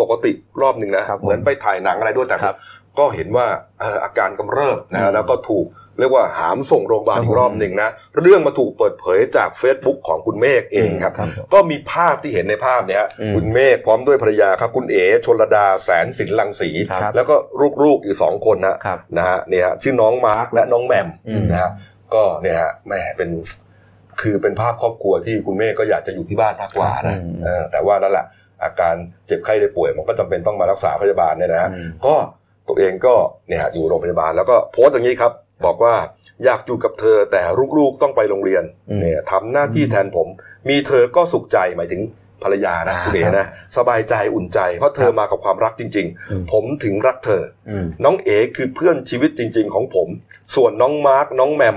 Speaker 4: ปกติรอบหนึ่งนะ
Speaker 2: ครับผม
Speaker 4: เหมือนไปถ่ายหนังอะไรด้วยแต่
Speaker 3: ครับ
Speaker 4: ก็เห็นว่าเอ่ออาการกำเริบนะฮะ
Speaker 3: อืม
Speaker 4: แล้วก็ถูกเรียกว่าหามส่งโรงพยาบาลอีกรอบหนึ่งนะ เรื่องมาถูกเปิดเผยจาก Facebook ของคุณเมฆเองครับ
Speaker 2: ครับผม
Speaker 4: ก็มีภาพที่เห็นในภาพเนี่ยฮะ
Speaker 3: อืม
Speaker 4: คุณเมฆพร้อมด้วยภรรยาครับ คุณเอ๋ชนรดาแสนสินลังสี
Speaker 3: ครับ
Speaker 4: แล้วก็ลูกๆอีกสองคนนะ
Speaker 3: ครับ
Speaker 4: นะฮะเนี่ยฮะชื่อน้องมาร์คและน้องแหมม
Speaker 3: อืม
Speaker 4: นะฮะก็เนี่ยฮะแหม่เป็นคือเป็นภาพครอบครัวที่คุณเมฆก็อยากจะอยู่ที่บ้านมากกว่านะเออแต่ว่านั่นแหละอาการเจ็บไข้ได้ป่วยมันก็จำเป็นต้องมารักษาพยาบาลเนี่ยนะฮะ
Speaker 3: อืม
Speaker 4: ก็ตัวเองก็เนี่ยฮะอยู่โรงพยาบาลแล้วก็โพสต์อย่างนี้ครับ บอกว่าอยากอยู่กับเธอแต่ลูกๆต้องไปโรงเรียน
Speaker 3: อืม
Speaker 4: เนี่ยทำหน้าที่แทนผม มีเธอก็สุขใจหมายถึงภรรยานะ
Speaker 2: อ่า
Speaker 4: คุณเอ๋นะสบายใจอุ่นใจ เพราะเธอมากับความรักจริง
Speaker 2: อืม
Speaker 4: ๆ ผมถึงรักเธอ
Speaker 3: อืม
Speaker 4: น้องเอ๋คือเพื่อนชีวิตจริง ๆ ของผม ส่วนน้องมาร์ค น้องแมม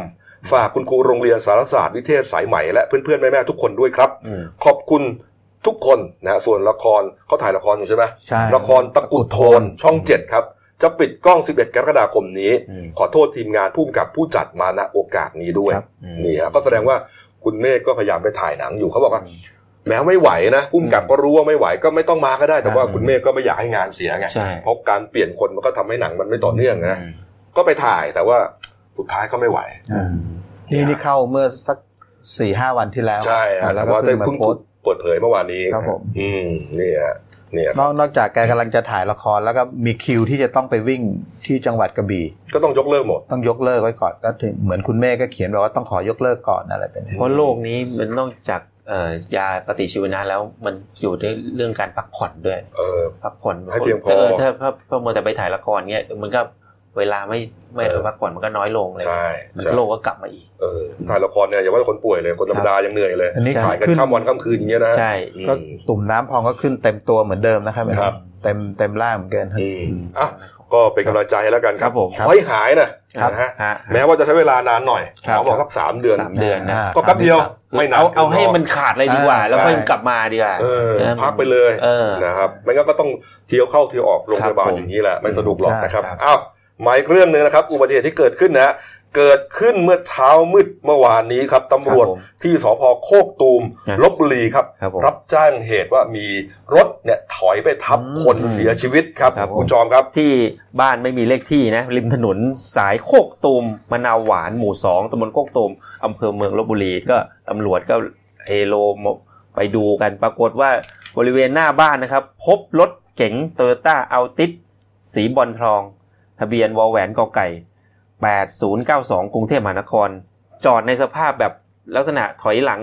Speaker 4: ฝากคุณครูโรงเรียนสารศาสตร์วิเทศสายใหม่และเพื่อนๆแม่ๆทุกคนด้วยครับ
Speaker 3: อืม
Speaker 4: ขอบคุณทุกคนนะฮะส่วนละครเขาถ่ายละครอยู่ใช่ไหม
Speaker 2: ใช่
Speaker 4: ละครตะกรุดโทนช่องเจ็ดครับ จะปิดกล้อง 11 กรกฎาคมนี้
Speaker 3: อืม
Speaker 4: ขอโทษทีมงานผู้กำกับผู้จัดมาณโอกาสนี้ด้วย
Speaker 2: ครับ
Speaker 4: นี่ฮะก็แสดงว่าคุณเมฆก็พยายามไปถ่ายหนังอยู่เขาบอกว่า แม้ไม่ไหวนะผู้กำกับก็รู้ว่าไม่ไหวก็ไม่ต้องมาก็ได้ แต่ว่าคุณเมฆก็ไม่อยากให้งานเสียไง
Speaker 3: ใช่
Speaker 4: เพราะการเปลี่ยนคนมันก็ทำให้หนังมันไม่ต่อเนื่องนะ
Speaker 3: อืม
Speaker 4: ก็ไปถ่ายแต่ว่าสุดท้ายก็ไม่ไหว
Speaker 2: นี่นี่เข้าเมื่อสักสี่ห้าวันที่แล้ว
Speaker 4: ใช่ฮะ
Speaker 2: แล้ว
Speaker 4: แต่
Speaker 2: ก็
Speaker 4: ว่าได้
Speaker 2: ขึ้นมา
Speaker 4: เพิ่ง
Speaker 2: โพ
Speaker 4: ถู
Speaker 2: ส
Speaker 4: ก
Speaker 2: ต์
Speaker 4: เปิดเผยเมื่อวานนี้
Speaker 2: ครับผม
Speaker 4: อืมเนี่ยฮะเนี่ย
Speaker 2: นอกนอกจากแกกำลังจะถ่ายละครแล้วก็มีคิวที่จะต้องไปวิ่งที่จังหวัดกระบี่
Speaker 4: ก็ต้องยกเลิกหมด
Speaker 2: ต้องยกเลิกไว้ก่อนก็ถึงเหมือนคุณเมฆก็เขียนบอกว่าต้องขอยกเลิกก่อนอะไรเป็น
Speaker 3: เพราะโรคนี้มันนอกจากเอ่อยาปฏิชีวนะแล้วมันอยู่ด้วยเรื่องการพักผ่อนด้วย
Speaker 4: เออ
Speaker 3: พักผ่อน
Speaker 4: ให้เพียงพอ
Speaker 3: ถ้าถ้าถ้ามัวแต่ไปถ่ายละครเงี้ยมันก็เวลาไม่ไม่
Speaker 4: เออ
Speaker 3: พักผ่อนมันก็น้อยลงเลย
Speaker 4: ใช่
Speaker 3: มัน
Speaker 4: ใช่
Speaker 3: โรคก็กลับมาอีก
Speaker 4: เออถ่ายละครเนี่ยอย่าว่าแต่คนป่วยเลยคนธรรมดายังเหนื่อยเลย
Speaker 2: อันนี้
Speaker 3: ใช่
Speaker 4: ถ่ายกัน
Speaker 2: ขึ้น
Speaker 4: ข้ามวันข้ามคืนอย่างเงี้ยนะ
Speaker 3: ใช่
Speaker 4: อืม
Speaker 2: ก็ตุ่มน้ำพองก็ขึ้นเต็มตัวเหมือนเดิมนะครับ
Speaker 4: ครับ
Speaker 2: เต็มเต็มร่างเหมือนเกินครับ
Speaker 4: อืมอ่ะก็เป็นกำลังใจให้แล้วกันค
Speaker 3: ค
Speaker 4: รับ
Speaker 3: รับผม
Speaker 4: ขอให้หายนะครับ นะฮะ
Speaker 3: ฮะ
Speaker 4: แม้ว่าจะใช้เวลานานหน่อยห
Speaker 3: ครับ
Speaker 4: มอบอกสักสามเดือน
Speaker 3: สามเดือนนะ
Speaker 2: อ่า
Speaker 4: ก็แป๊บเดียวไม่นาน
Speaker 3: เอา
Speaker 4: กิ
Speaker 3: เอาให้
Speaker 4: รบ
Speaker 3: มันขาดเลยดีกว่า
Speaker 2: อ่า
Speaker 3: แล้วค่อย
Speaker 4: ใช่
Speaker 3: กลับมาดีกว่า
Speaker 4: เออ
Speaker 3: เออ
Speaker 4: พักไปเลย
Speaker 3: เออ
Speaker 4: นะครับไม่งั้นก็ต้องเที่ยวเข้าเที่ยวออกโรงพยาบาล
Speaker 3: ครับผม
Speaker 4: อย่างนี้แหละไม่สะดวกหรอก
Speaker 2: ใช่
Speaker 4: นะครับ
Speaker 3: ครับ
Speaker 4: อ้าวหมายเรื่องหนึ่งนะครับ อุบัติเหตุที่เกิดขึ้นนะฮะเกิดขึ้นเมื่อเช้ามืดเมื่อวานนี้ครับตำรวจ
Speaker 3: คบผม
Speaker 4: ที่สพโคกตูม
Speaker 3: ครับ
Speaker 4: ลบบุรีครับ
Speaker 3: ครับผม
Speaker 4: รับแจ้งเหตุว่ามีรถเนี่ยถอยไปทับคนเสียชีวิตครับ
Speaker 3: ครับผม
Speaker 4: คุณจอมครับ
Speaker 3: ที่บ้านไม่มีเลขที่นะ ริมถนนสายโคกตูมมะนาวหวานหมู่สองตำบลโคกตูมอำเภอเมืองลบบุรีก็ตำรวจก็เฮโลมาไปดูกันปรากฏว่าบริเวณหน้าบ้านนะครับ พบรถเก๋งโตโยต้าอัลติสสีบอลทอง ทะเบียนวอแหวนกอไก่ 8092 กรุงเทพมหานคร จอดในสภาพแบบลักษณะถอยหลัง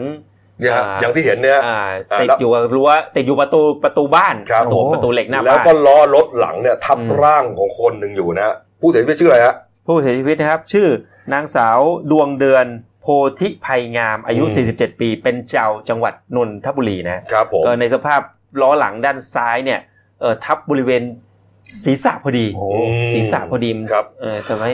Speaker 4: เนี่ยฮะ
Speaker 3: อ่า
Speaker 4: อย่างที่เห็นเนี่ย
Speaker 3: อ่า
Speaker 4: อ่า
Speaker 3: ติด
Speaker 4: แล้ว
Speaker 3: อยู่กับรั้วติดอยู่ประตูประตูบ้าน
Speaker 4: ครั
Speaker 3: ป
Speaker 4: บ
Speaker 3: ระตู
Speaker 2: โอ้
Speaker 3: ประตูเหล็กหน้า
Speaker 4: แล้ว
Speaker 3: บ้าน
Speaker 4: ก็ล้อรถหลังเนี่ยทับ
Speaker 3: อืม
Speaker 4: ร่างของคนหนึ่งอยู่นะฮะผู้เสียชีวิตชื่ออะไรฮะ
Speaker 3: ผู้เสียชีวิตนะครับ ชื่อนางสาวดวงเดือนโพธิภัยงามอายุ
Speaker 4: อืม
Speaker 3: 47 ปี เป็นเจ้าจังหวัดนนทบุรีนะครับ
Speaker 4: ผม
Speaker 3: เออในสภาพล้อหลังด้านซ้ายเนี่ยเออทับบริเวณศีรษะพอดี
Speaker 2: โอ้
Speaker 4: ม
Speaker 3: ศีรษะพอดีมัน
Speaker 4: ครับ
Speaker 3: เออทำให้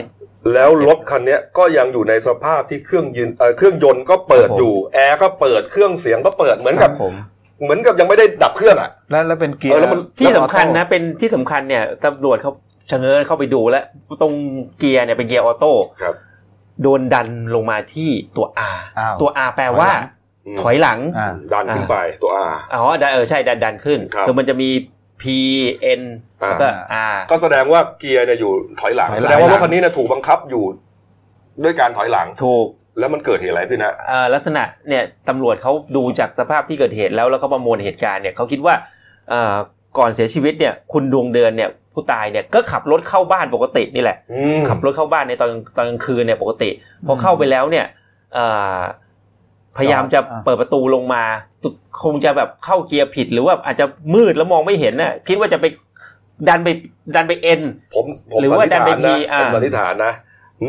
Speaker 4: แล้วรถคันเนี้ยก็ยังอยู่ในสภาพที่เครื่องยืนเอ่อเครื่องยนต์ก็เปิด
Speaker 3: ครับผม
Speaker 4: อยู่แอร์ก็เปิดเครื่องเสียงก็เปิดเหมือนกับ
Speaker 3: ผม
Speaker 4: เหมือนกับยังไม่ได้ดับเครื่องอ่ะ
Speaker 2: แล้วแล้วเป็นเกีย
Speaker 4: เอ
Speaker 2: ร์
Speaker 4: อแล้วมัน
Speaker 3: ที่สำคัญ
Speaker 2: แล้วออ
Speaker 3: นะ
Speaker 2: โต้
Speaker 3: เป็นที่สำคัญเนี่ยตำรวจเขาชะเง้อเข้าไปดูแล้ว ตรงเกียร์เนี่ยเป็นเกียร์ออโต้
Speaker 4: ครับ
Speaker 3: โดนดันลงมาที่ตัว R
Speaker 2: อ้าว
Speaker 3: ตัว R แปลว่า
Speaker 4: อืม
Speaker 3: ถอยหลัง
Speaker 2: อ่า
Speaker 4: ดันขึ้นไปตัวอา
Speaker 3: อ๋อดันเออใช่ดันดันขึ้น
Speaker 4: ครับ
Speaker 3: อมันจะมี P N
Speaker 4: อ่า
Speaker 3: แล้วก็ R
Speaker 4: ก็แสดงว่าเกียร์เนี่ยอยู่ถอยหลัง
Speaker 2: ถอยหลัง
Speaker 4: แสดงว่ารถคันนี้เนี่ยถูกบังคับอยู่ด้วยการถอยหลัง
Speaker 3: ถูก
Speaker 4: แล้วมันเกิดเหตุอะไรขึ้นฮะ
Speaker 3: เอ่อลักษณะเนี่ยตำรวจเขาดูจากสภาพที่เกิดเหตุแล้วแล้วเขาประมวลเหตุการณ์เนี่ยเขาคิดว่าเอ่อก่อนเสียชีวิตเนี่ยคุณดวงเดือนเนี่ยผู้ตายเนี่ยก็ขับรถเข้าบ้านปกตินี่แหละ
Speaker 4: อืม
Speaker 3: ขับรถเข้าบ้านในตอนตอนกลางคืนเนี่ยปกติ พอเข้าไปแล้วเนี่ยเอ่อพยายามจะ
Speaker 2: อ่า
Speaker 3: เปิดประตูลงมาตุคงจะแบบเข้าเกียร์ผิดหรือว่าอาจจะมืดแล้วมองไม่เห็นน่ะคิดว่าจะไปดันไปดันไปเอ็น
Speaker 4: ผมผม
Speaker 3: หรือ
Speaker 4: สัน
Speaker 3: ว่า
Speaker 4: นิษ
Speaker 3: ดัน
Speaker 4: ฐา
Speaker 3: ไป
Speaker 4: นนะ
Speaker 3: ทีอ่า
Speaker 4: ผมสันนิษฐานนะ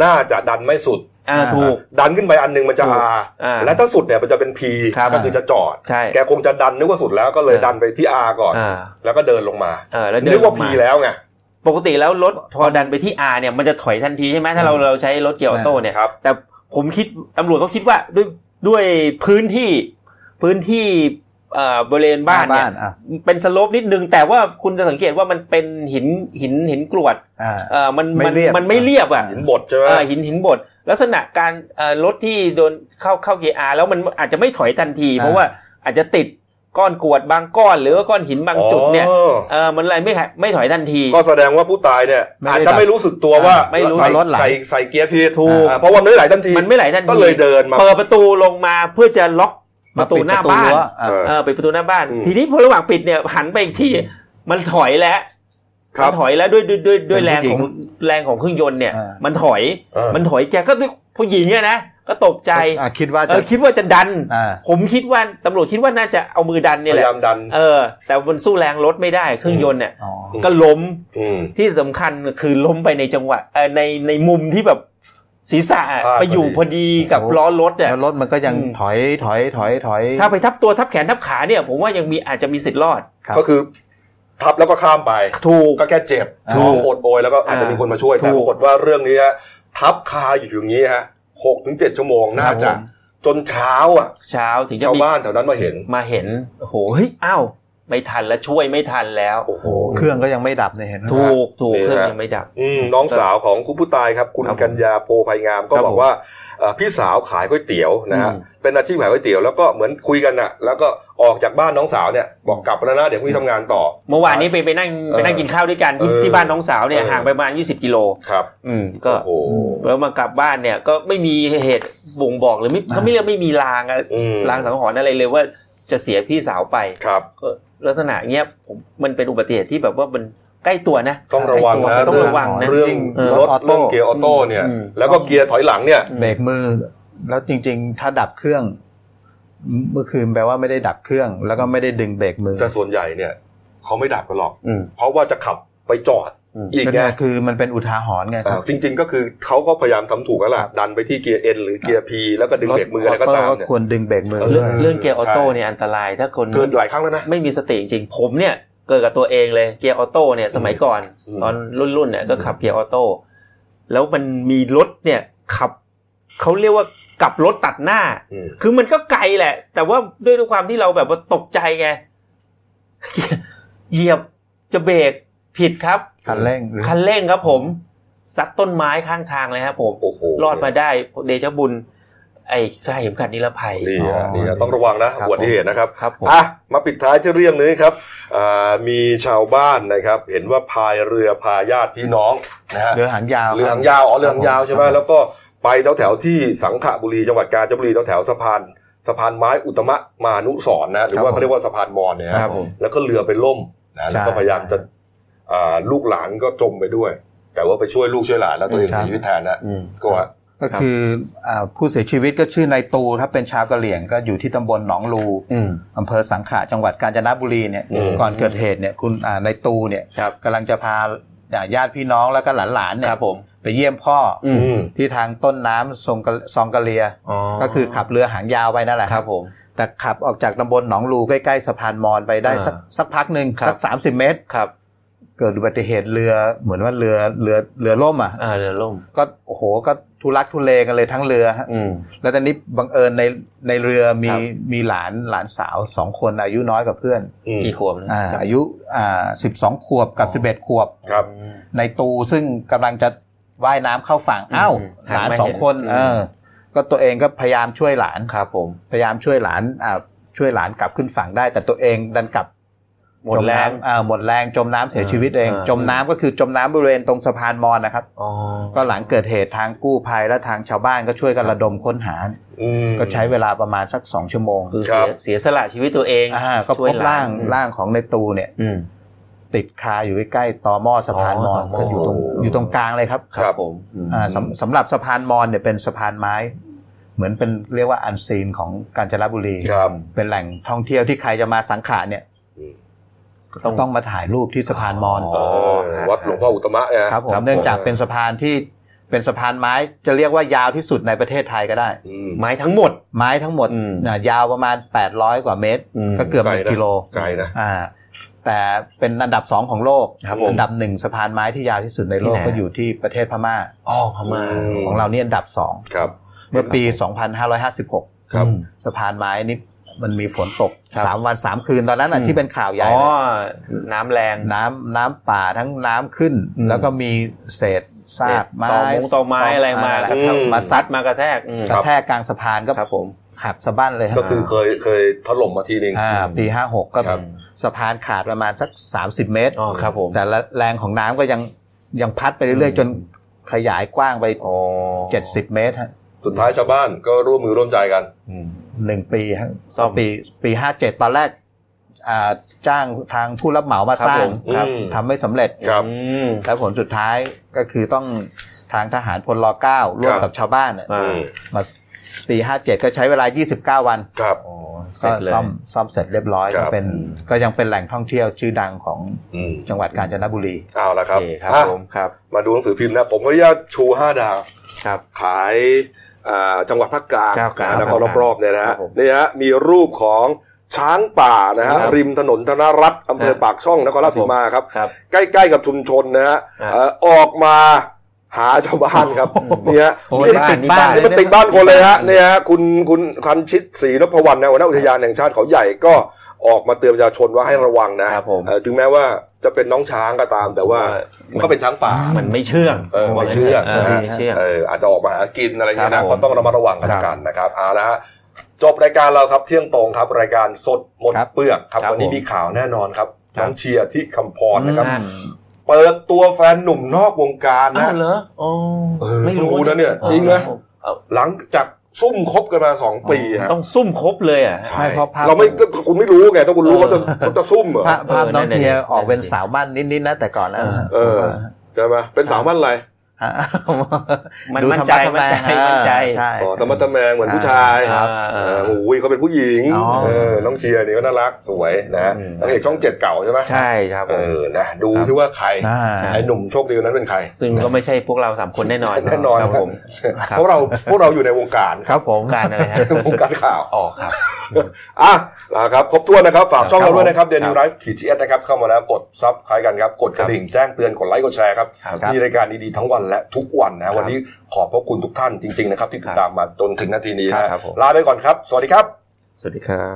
Speaker 4: น่าจะดันไม่สุด
Speaker 3: อ่า
Speaker 2: อ่า
Speaker 3: ถูก
Speaker 4: ดันขึ้นไปอันหนึงมันจะ
Speaker 3: ถูก
Speaker 4: อา
Speaker 3: อ่า
Speaker 4: และถ้าสุดเนี่ยมันจะเป็นพี
Speaker 3: ครับ
Speaker 4: ก็คือจะจอด
Speaker 3: ใช่
Speaker 4: แกคงจะดันนึกว่าสุดแล้วก็เลย
Speaker 3: อ่า
Speaker 4: ดันไปที่อาก่อน
Speaker 3: อ่า
Speaker 4: แล้วก็เดินลงมา
Speaker 3: เออแล้วเดิ
Speaker 4: นึกว่า
Speaker 3: ออ
Speaker 4: พี
Speaker 3: ม
Speaker 4: แล้วไง
Speaker 3: ปกติแล้วรถพอดันไปที่ R เนี่ยมันจะถอยทันทีใช่ไหมถ้าเราเราใช้รถเกียร์ออโต้เนี่ย
Speaker 4: ครับ
Speaker 3: แต่ ผมคิดตำรวจเขาคิดว่าด้วยด้วยพื้นที่พื้นที่เอ่อบริเวณบ้านเนี่ย
Speaker 2: บ้านอ่ะ
Speaker 3: เป็นสโลปนิดนึง แต่ว่าคุณจะสังเกตว่ามันเป็นหินหินหินกรวด
Speaker 2: อ่า
Speaker 3: เอ่อมัน
Speaker 2: ไม่
Speaker 3: มัน
Speaker 2: เรียบ
Speaker 3: มันไม่เรียบอ่ะ
Speaker 2: อ่า
Speaker 4: หินบดใช่ไหม
Speaker 3: เอ่อหินหินบดลักษณะการเอ่อรถที่โดนเข้าเข้าเกียร์อาแล้วมันอาจจะไม่ถอยทันที
Speaker 2: อ่า
Speaker 3: เพราะว่าอาจจะติดก้อนกรวดบางก้อน หรือว่าก้อนหินบางจุดเนี่ย
Speaker 4: อ๋อ
Speaker 3: เออมันอะไรไม่ถอยไม่ถอยทันที
Speaker 4: ก็แสดงว่าผู้ตายเนี่ย
Speaker 2: ไม่ได้
Speaker 4: อาจจะไม่รู้สึกตัวว่า
Speaker 3: ไม่รู้
Speaker 4: ใส่
Speaker 2: รถไหล
Speaker 4: ใส่ใส่เกียร์ที
Speaker 2: ถูก
Speaker 4: อ่าเพราะว่ามันไม่ไหลทันที
Speaker 3: มันไม่ไหลทันที
Speaker 4: ก็เลยเดินมา
Speaker 3: เปิดประตูลงมาเพื่อจะล็อกป
Speaker 2: มา
Speaker 3: ระตูหน้าบ้า
Speaker 2: ปิ
Speaker 3: น
Speaker 2: ดประรั้วอ่ะ
Speaker 4: เออ
Speaker 3: เออปิดประตูหน้าบ้าน
Speaker 4: อืม
Speaker 3: ทีนี้พอระหว่างปิดเนี่ยหันไปอีกทีมันถอยแล้ว
Speaker 4: ครับ
Speaker 3: มันถอยแล้วด้วยด้วยด้วยด้วย
Speaker 2: เป็น
Speaker 3: แรง
Speaker 2: ผู้หญิ
Speaker 3: ของ
Speaker 2: ง
Speaker 3: แรงของเครื่องยนต์เนี่ย
Speaker 2: อ่ามั
Speaker 3: มันถอย
Speaker 4: เออ
Speaker 3: มันถอยแกก็ด้วยผู้หญิงเนี่ยนะก็ตกใจ
Speaker 2: อ่ะคิดว่า
Speaker 3: เอ
Speaker 2: จะ
Speaker 3: อคิดว่าจะดัน
Speaker 2: อ่า
Speaker 3: ผมคิดว่าตำรวจคิดว่าน่าจะเอามือดัน
Speaker 4: พ
Speaker 3: เนี่ยแห
Speaker 4: ยา
Speaker 3: ละ
Speaker 4: ยามดัน
Speaker 3: เออ แต่มันสู้แรงรถไม่ได้เครื่องยนต์เนี่ย
Speaker 2: อ๋อ
Speaker 4: ม
Speaker 3: ก็ล้ม
Speaker 4: อืม
Speaker 3: ที่สำคัญคือล้มไปในจังหวะเออในในมุมที่แบบศีรษะอะ
Speaker 4: พลาด
Speaker 3: ไปอยู่
Speaker 4: พ
Speaker 3: พ
Speaker 4: อ
Speaker 3: อ
Speaker 4: ดี
Speaker 3: ดีกับ
Speaker 2: โอ้
Speaker 3: ล้อรถเนี่ย
Speaker 2: แล้วรถมันก็ยัง
Speaker 3: อืม
Speaker 2: ถอยถอยถอยถอย
Speaker 3: ถ้าไปทับตัวทับแขนทับขาเนี่ย ผมว่ายังมีอาจจะมีสิทธิ์รอด
Speaker 2: ครับ
Speaker 4: ก็คือทับแล้วก็ข้ามไป
Speaker 3: ถูก
Speaker 4: ก็แค่เจ็บ
Speaker 2: ถู
Speaker 4: ท้
Speaker 2: ก
Speaker 4: องอดโอยแล้วก็อาจจะมีคนมาช่วย
Speaker 3: ถูก
Speaker 4: แต่ปรากฏว่าเรื่องนี้ฮะทับคาอยู่อย่างนี้ฮะหกถึงเจ็ดชั่วโมงน่าจะ จนเช้าอ่ะ
Speaker 3: เช้าถึงจะ
Speaker 4: ชาว
Speaker 3: มี
Speaker 4: บ้านแถวนั้นมาเห็น
Speaker 3: มาเห็นโอ้โหเฮ้ยอ้าวไม่ทันแล้วช่วยไม่ทันแล้ว
Speaker 4: โอ้โห
Speaker 2: โอ้เครื่องก็ยังไม่ดับเนี่ยเห็นไหม
Speaker 3: ถูกถูก
Speaker 4: นี่ฮะ
Speaker 3: เครื่องยังไม่ดับ
Speaker 4: อืมน้องสาวของคุณผู้ตายครับ คุณ
Speaker 3: ครับผม
Speaker 4: กัญญาโพภัยงามก็
Speaker 3: ครับ
Speaker 4: บอกว่าเอ่อพี่สาวขายก๋วยเตี๋ยวนะฮะ
Speaker 3: อืม
Speaker 4: เป็นอาชีพขายก๋วยเตี๋ยวแล้วก็เหมือนคุยกันอ่ะ แล้วก็ออกจากบ้านน้องสาวเนี่ยบอกกลับแล้วนะเดี๋ยวพรุ่งนี้ทำงานต่อ
Speaker 3: เมื่อวานนี้ไปไปนั่งไปนั่งกินข้าวด้วยกันที่
Speaker 4: เออ
Speaker 3: ที่บ้านน้องสาวเนี่ย
Speaker 4: เออ
Speaker 3: ห่างไปประมาณ20กิโล
Speaker 4: ครับ
Speaker 3: อืมก็
Speaker 4: โอ้โห
Speaker 3: แล้วมากลับบ้านเนี่ยก็ไม่มีเหตุบ่งบอกหรือไม่
Speaker 2: อ่า
Speaker 3: เขาไม่เรียกไม่มีลางอะ
Speaker 4: อืม
Speaker 3: ลางสังหรณ์อะไรเลยว่าจะเสียพี่สาวไป
Speaker 4: ครับ
Speaker 3: ก็ลักษณะเนี้ยผมมันเป็นอุบัติเหตุที่แบบว่ามันใกล้ตัวนะ
Speaker 4: ต้องระวังนะ
Speaker 3: ใกล้ตัต้องระวังนะ
Speaker 4: เรื่อง
Speaker 3: เออ
Speaker 4: รถ
Speaker 2: ออโต้
Speaker 4: เรื่องเกียร์ออโต้เนี่ย
Speaker 3: อืม
Speaker 4: แล้วก็เกียร์ถอยหลังเนี่ย
Speaker 2: เบรกมือ แล้วจริง ๆ ถ้าดับเครื่องเมื่อคืนแปลว่าไม่ได้ดับเครื่อง แล้วก็ไม่ได้ดึงเบรกมือ
Speaker 4: แต่ส่วนใหญ่เนี่ยเขาไม่ดับกันหรอก
Speaker 3: อืม
Speaker 4: เพราะว่าจะขับไปจอด
Speaker 3: อืม
Speaker 4: อีก
Speaker 2: เป็น
Speaker 4: ไง
Speaker 2: ไงคือมันเป็นอุทาหรณ์ไง
Speaker 4: เอ่
Speaker 2: ครั
Speaker 4: อบ จริง ๆ ก็คือเขาก็พยายามทำถูกแล้วล่ะดันไปที่เกียร์เอ็นหรือเกียร์พีแล้วก็ดึงเบรกมืออะไรก็ตาม
Speaker 2: รถ
Speaker 4: เนี่ย
Speaker 2: ควรดึงเบรกมือ
Speaker 4: เอ
Speaker 3: เรื่องเรื่องเกียร์ออโต้เนี่ยอันตรายถ้าคน
Speaker 4: เกิดหลายครั้งแล้วนะ
Speaker 3: ไม่มีสติจริงๆผมเนี่ยเกิดกับตัวเองเลยเกียร์ออโต้เนี่ยสมัยก่อน
Speaker 4: อืม
Speaker 3: ตอนรุ่นรุ่นๆเนี่ยก็ขับเกียร์ออโต้แล้วมันมีรถเนี่ยขับเขาเรียกว่ากลับรถตัดหน้า
Speaker 4: อืม
Speaker 3: คือมันก็ไกลแหละ แต่ว่าด้วยความที่เราแบบว่าตกใจไง เหยียบจะเบรกผิดครับ
Speaker 2: คันเร่งหรือ
Speaker 3: คันเร่งครับผม ซัดต้นไม้ข้างทางเลยครับผม
Speaker 4: โอ้โห
Speaker 3: รอดมาได้เดชะบุญ ไอ้ข้าเข็มขัดนิรภัย
Speaker 4: นี่
Speaker 2: อ๋
Speaker 4: ฮะ
Speaker 2: อ
Speaker 4: นี่ฮะต้องระวังนะครับ อุบัติเหตุนะครับ
Speaker 3: ครับผม
Speaker 4: อ่ะ มาปิดท้ายที่เรื่องนี้ครับอ่ามีชาวบ้านนะครับ เห็นว่าพายเรือพาญาติพี่น้องนะฮะ
Speaker 2: เรือหางยาว
Speaker 4: เรือหางยาว อ๋อ เรือหางยาวใช่ไหม
Speaker 2: ครับ
Speaker 4: แล้วก็ไปแถวแถวๆที่สังขบุรีจังหวัดกาญจนบุรีแถวแถวๆสะพานสะพานไม้อุตตมะมานุสรณ์นะ หรือว่าเขาเรียกว่าสะพานมอญเนี่ย
Speaker 3: ครั
Speaker 4: ฮะ
Speaker 3: บผม
Speaker 4: แล้วก็เรือไปล่มนะแล้วก็พยายามจะอ่าลูกหลานก็จมไปด้วย แต่ว่าไปช่วยลูกช่วยหลานแล้วตัวเองเสียชีวิตแทนนะ
Speaker 3: อืม
Speaker 4: ก็ว่า
Speaker 2: ก็คืออ่าผู้เสียชีวิตก็ชื่อนายตูถ้าเป็นชาวกะเหรี่ยงก็อยู่ที่ตำบลหนองลู
Speaker 3: อืม
Speaker 2: อำเภอสังขะจังหวัดกาญจนบุรีเนี่ย
Speaker 4: อืม
Speaker 2: ก่อนเกิดเหตุเนี่ยคุณอ่านายตูเนี่ย
Speaker 3: ครับ
Speaker 2: กำลังจะพาอ่าญาติพี่น้องแล้วก็หลานๆเนี่
Speaker 3: ค
Speaker 2: ย
Speaker 3: รับผม
Speaker 2: ไปเยี่ยมพ่ออ
Speaker 3: อืม
Speaker 4: อืม
Speaker 2: ที่ทางต้นน้ำทรงกะซองกะเลีย ก็คือขับเรือหางยาวไปนั่นแหละ
Speaker 3: ครับผม
Speaker 2: แต่ขับออกจากตำบลหนองลูใกล้ๆสะพานมอญไปได้สัก
Speaker 3: อ่า
Speaker 2: สักพักหนึ่ง
Speaker 3: ครับ
Speaker 2: สักสามสิบเมตร
Speaker 3: ครับ
Speaker 2: เกิดอุบัติเหตุเรือเหมือนว่าเรือเรือเรือล่มอ่ะ
Speaker 3: อ่าเรือล่ม
Speaker 2: ก็โอ้โหก็ทุลักทุเลกันเลยทั้งเรือฮะ
Speaker 3: อืม
Speaker 2: แล้วตอนนี้บังเอิญในในเรือมี
Speaker 3: ครับ
Speaker 2: มีหลานหลานสาวสองคนอายุน้อยกว่าเพื่อน
Speaker 4: อืม
Speaker 3: กี่ขวบนะ
Speaker 2: อาอายุอ่าสิบสองขวบกับสิบเอ็ดขวบ
Speaker 4: ครับ
Speaker 2: ในตูซึ่งกำลังจะว่ายน้ำเข้าฝั่งอ้าว
Speaker 3: หั
Speaker 2: หลาน
Speaker 3: ม
Speaker 2: สองคน
Speaker 3: เห็
Speaker 2: เออก็ตัวเองก็พยายามช่วยหลาน
Speaker 3: ครับผม
Speaker 2: พยายามช่วยหลานอ่าช่วยหลานกลับขึ้นฝั่งได้ แต่ตัวเองดันกลับ
Speaker 3: หมดแร
Speaker 2: จ
Speaker 3: ง
Speaker 2: น้ำอ่าหมดแรงจมน้ำเสียชีวิตเอง
Speaker 3: อ่า
Speaker 2: จมน้ำก็คือจมน้ำบริเวณตรงสะพานมอนนะครับ
Speaker 3: อ๋อ
Speaker 2: ก็หลังเกิดเหตุทางกู้ภัยและทางชาวบ้านก็ช่วยกันระดมค้นหา
Speaker 4: อืม
Speaker 2: ก็ใช้เวลาประมาณสักสองชั่วโมง
Speaker 3: คือ
Speaker 4: ครั
Speaker 3: เสีย
Speaker 4: บ
Speaker 3: เสียสละชีวิตตัวเอง
Speaker 2: อ่าก็
Speaker 3: ช่ว
Speaker 2: พ
Speaker 3: ย
Speaker 2: บ
Speaker 3: หลน
Speaker 2: ร่าง
Speaker 3: อืม
Speaker 2: ร่างของในตูเนี่ย
Speaker 3: อืม
Speaker 2: ติดคาอยู่ใกล้ๆตอหม้อสะพานมอน
Speaker 3: อ๋อ
Speaker 2: ก็อยู่ตรง
Speaker 3: ตอหม้อ
Speaker 2: อ
Speaker 3: อ
Speaker 2: ยู่ตรงกลางเลยครับ
Speaker 4: ครับ
Speaker 3: ผมอืม
Speaker 2: อ่าสำสำหรับสะพานมอนเนี่ยเป็นสะพานไม้ เหมือนเป็นเรียกว่าอันซีนของกาญจนบุรี
Speaker 4: ครับ
Speaker 2: เป็นแหล่งท่องเที่ยวที่ใครจะมาสังขละเนี่ย
Speaker 4: อืม
Speaker 3: ต้อง
Speaker 2: ต้องมาถ่ายรูปที่สะพานมอน
Speaker 4: อ๋อวัดหลวงพ่ออุตตมะเนี่ย
Speaker 2: ครับผ
Speaker 3: ครั
Speaker 2: ม
Speaker 3: บ
Speaker 2: เนื่องจากเป็นสะพานที่เป็นสะพานไม้จะเรียกว่ายาวที่สุดในประเทศไทยก็ได้
Speaker 4: อืม
Speaker 3: ไม้ทั้งหมด
Speaker 2: ไม้ทั้งหมด
Speaker 3: อืม
Speaker 2: นะยาวประมาณ 800 กว่าเมตร
Speaker 3: อืม
Speaker 2: ก็เกือบหนึ่ง
Speaker 4: ไกลนะ
Speaker 2: กิโล
Speaker 4: ไกลนะ
Speaker 2: อ่า แต่เป็นอันดับสองของโลก
Speaker 4: ครับผม
Speaker 2: อันดับหนึ่งสะพานไม้ที่ยาวที่สุดในโลก
Speaker 3: ที่ไหน
Speaker 2: ก็อยู่ที่ประเทศพม่า
Speaker 3: อ๋อพม่า
Speaker 4: อืม
Speaker 2: ของเรานี่อันดับสอง
Speaker 4: ครับ
Speaker 2: เมื่อปี 2556
Speaker 4: ครับ
Speaker 2: สะพานไม้นี่มันมีฝนตก
Speaker 3: ครับ
Speaker 2: สามวันสามคืนตอนนั้นอ่ะที่เป็นข่าวใหญ่
Speaker 3: อ๋อ
Speaker 2: เลย
Speaker 3: น้ำแรง
Speaker 2: น้ำน้ำป่าทั้งน้ำขึ้น
Speaker 3: อืม
Speaker 2: แล้วก็มีเศษซากไม้
Speaker 3: เศษตอมงตอไม้อะไรมา
Speaker 2: ครับ
Speaker 4: อืม
Speaker 2: มาซั
Speaker 3: ซั
Speaker 2: ด
Speaker 3: ดมากระแทกอืม
Speaker 2: กระแทกกลางสะพานก็
Speaker 3: ครับผม
Speaker 2: หักสะบั้นเลย
Speaker 4: ก็คือเคยเคยถล่มมาทีหนึ่ง
Speaker 2: อ่าปีห้าหกก็
Speaker 4: ครับ
Speaker 2: สะพานขาดประมาณสัก 30 เมตร
Speaker 3: อ๋อครับผม
Speaker 2: แต่ละแรงของน้ำก็ยังยังพัดไปเรื่อยๆ จนขยายกว้างไป
Speaker 3: อ๋อ
Speaker 2: 70 เมตรฮะ
Speaker 4: สุดท้ายชาวบ้านก็ร่วมมือร่วมใจกัน
Speaker 3: อืม
Speaker 2: หนึ่งปีฮะ
Speaker 3: ซ่อม
Speaker 2: ปีปีห้าเจ็ดตอนแรกอ่าจ้างทางผู้รับเหมามา
Speaker 3: ครับ
Speaker 2: สร้า
Speaker 3: ผ
Speaker 2: ง
Speaker 3: ม
Speaker 4: ครับ
Speaker 2: ทำไม่สำเร็จ
Speaker 4: ครับ
Speaker 3: อืม
Speaker 2: แล้วผลสุดท้ายก็คือต้องทางทหารพลรอเก้าร่วมกับชาวบ้านน่ะ
Speaker 3: อ่า
Speaker 4: ม
Speaker 2: มาปีห้าเจ็ดก็ใช้เวลา 29 วัน
Speaker 4: ครับ
Speaker 3: อ๋อเสร็
Speaker 2: ก็
Speaker 3: จเลย
Speaker 2: ซ่อมซ่อมเสร็จเรียบร้อย
Speaker 4: ครั
Speaker 2: ก็
Speaker 4: บ
Speaker 2: เป็นก็ยังเป็นแหล่งท่องเที่ยวชื่อดังของ
Speaker 4: อืม
Speaker 2: จังหวัดกาญจนบุรี
Speaker 4: เอาละค
Speaker 3: ครั
Speaker 4: รับบ
Speaker 3: ครับ
Speaker 4: อ่ะ
Speaker 3: ผมครับ
Speaker 4: มาดูหนังสือพิมพ์นะผมก็อนุญาตชูห้าดาว
Speaker 3: ครับ
Speaker 4: ขายอ่าจังหวัดภาคกลาง
Speaker 3: ครับครับ
Speaker 4: นะแล้วก็รอบๆเนี่ยนะ
Speaker 3: ครั
Speaker 4: ฮะ
Speaker 3: บผม
Speaker 4: นี่ฮะมีรูปของช้างป่านะฮะ
Speaker 3: ครับ
Speaker 4: ริมถนนธนรัตน์อำเภอ
Speaker 3: ฮะ
Speaker 4: ปากช่องนครราชสีมาครับ
Speaker 3: ครับ
Speaker 4: ใกล้ๆกับชุมชนนะฮะ
Speaker 3: ฮะ
Speaker 4: เอ่อออกมาหาชาวบ้านครับเนี่ยฮะ
Speaker 2: โอ้ย
Speaker 4: นี่
Speaker 2: บ้านนี่บ้าน
Speaker 4: นี่มันติดบ้านคนเลยฮะเนี่ยฮะคุณคุณคันชิตศรีนพวรรณนะหัวหน้าอุทยานแห่งชาติเขาใหญ่ก็ออกมาเตือนประชาชนว่าให้ระวังนะครับ
Speaker 3: ผม
Speaker 4: เอ่อถึงแม้ว่าจะเป็นน้องช้างก็ตาม แต่ว่ามันก็เป็นช้างป่า
Speaker 3: มันไม่เชื่อง
Speaker 4: เออไม่เชื่อง
Speaker 3: เอ
Speaker 4: นะ
Speaker 3: อ
Speaker 4: ฮะ
Speaker 3: ไม่เชื่อง
Speaker 4: เอออาจจะออกมาหากินอะไรเงี้ย
Speaker 3: ครั
Speaker 4: นะ
Speaker 3: บผม
Speaker 4: ก็ต้องระมัดระวังกัน
Speaker 3: ครับ
Speaker 4: กันนะครับเอาละฮะจบรายการเราครับเที่ยงตรงครับรายการสดหมด
Speaker 2: ครับ
Speaker 4: เปลือกครับ
Speaker 3: ครับ
Speaker 4: วันนี้
Speaker 3: ผม
Speaker 4: มีข่าวแน่นอนครับ
Speaker 3: ครับ
Speaker 4: น้องเชียร์ที่คำพรนะครับ
Speaker 3: อ่า
Speaker 4: เปิดตัวแฟนหนุ่มนอกวงการ
Speaker 3: อ้า
Speaker 4: นะ
Speaker 3: วเหรออ๋อ
Speaker 4: เออ
Speaker 3: ไม่รู้
Speaker 4: เพิ่งรู้นะเนี่ยจริงไหม
Speaker 3: เอา
Speaker 4: หลังจากซุ่มคบกันมาสองปีฮะ
Speaker 3: ต้องซุ่มครบเลยอ่ะ
Speaker 4: ใช่
Speaker 2: ไม่เพราะภาพ
Speaker 4: เราไม่ก็คุณไม่รู้ไงถ้าคุณรู้เขาจะเขาจะซุ่มเหรอ
Speaker 2: ภาพภาพ
Speaker 3: เออ
Speaker 2: น้อง
Speaker 3: นั่น
Speaker 2: เทีย
Speaker 3: น่ะดิ
Speaker 2: ออกเป็นสาวบ้านนิดๆนะแต่ก่อนนะ
Speaker 3: เออ
Speaker 4: เออใช่ไหมเป็นสาวมั่นไร
Speaker 2: ฮะ
Speaker 3: มัน
Speaker 2: ดู
Speaker 3: มั่น
Speaker 2: ทำ
Speaker 3: ใจ
Speaker 2: ทำ
Speaker 3: มั่นใจ
Speaker 2: แรง
Speaker 3: มั่นใจ
Speaker 2: อ่าใช่
Speaker 4: อ๋อตะมัตะแมงเหมือนผู้ชาย
Speaker 3: ครับ
Speaker 4: เออโอ้ยเขาเป็นผู้หญิง
Speaker 2: อ๋อ
Speaker 4: เออน้องเชียร์นี่ก็น่ารักสวยนะฮะ
Speaker 3: อืม
Speaker 4: นางเอกช่องเจ็ดเก่าใช่ไหม
Speaker 3: ใช่ครับ
Speaker 4: เอ
Speaker 3: ผม
Speaker 4: อ นะ ดู
Speaker 3: ครับ
Speaker 4: ที่ว่าใคร
Speaker 2: อ่า
Speaker 4: ไอ้หนุ่มโชคดีคนนั้นเป็นใคร
Speaker 3: ซึ่งก็ไม่ใช่พวกเราสามคนแน่นอน
Speaker 4: แน่นอน
Speaker 3: ครับผม ครับ
Speaker 4: เพราะเรา พวกเราอยู่ในวงการ
Speaker 2: ครับผม
Speaker 3: การอะไรฮะ
Speaker 4: วงการข่าว
Speaker 3: ออกครับ
Speaker 4: อ่ะนะครับ ครบถ้วนนะครับ ฝากช่อง
Speaker 2: ครับ
Speaker 4: เราด้วยนะครับ เด
Speaker 2: ค
Speaker 4: นิ
Speaker 2: รั
Speaker 4: ว
Speaker 2: บ
Speaker 4: ไลฟ์ขีดเอสนะครับ เข้ามาแล้วกดซับคล้ายกันครับ กดกระดิ่งแจ้งเตือน กดไลค์ กดแชร์ครับ
Speaker 3: ครับ
Speaker 4: มีรายการดีๆ ทั้งวันและทุกวันนะ
Speaker 3: ครับ
Speaker 4: วันนี้ขอบพระคุณทุกท่านจริงๆนะครับที่ติดตามมาจนถึงนาทีนี้
Speaker 3: ครับ
Speaker 4: นะครับ
Speaker 3: ผม
Speaker 4: ลาไปก่อนครับ สวัสดีครับ
Speaker 3: สวัสดีครับ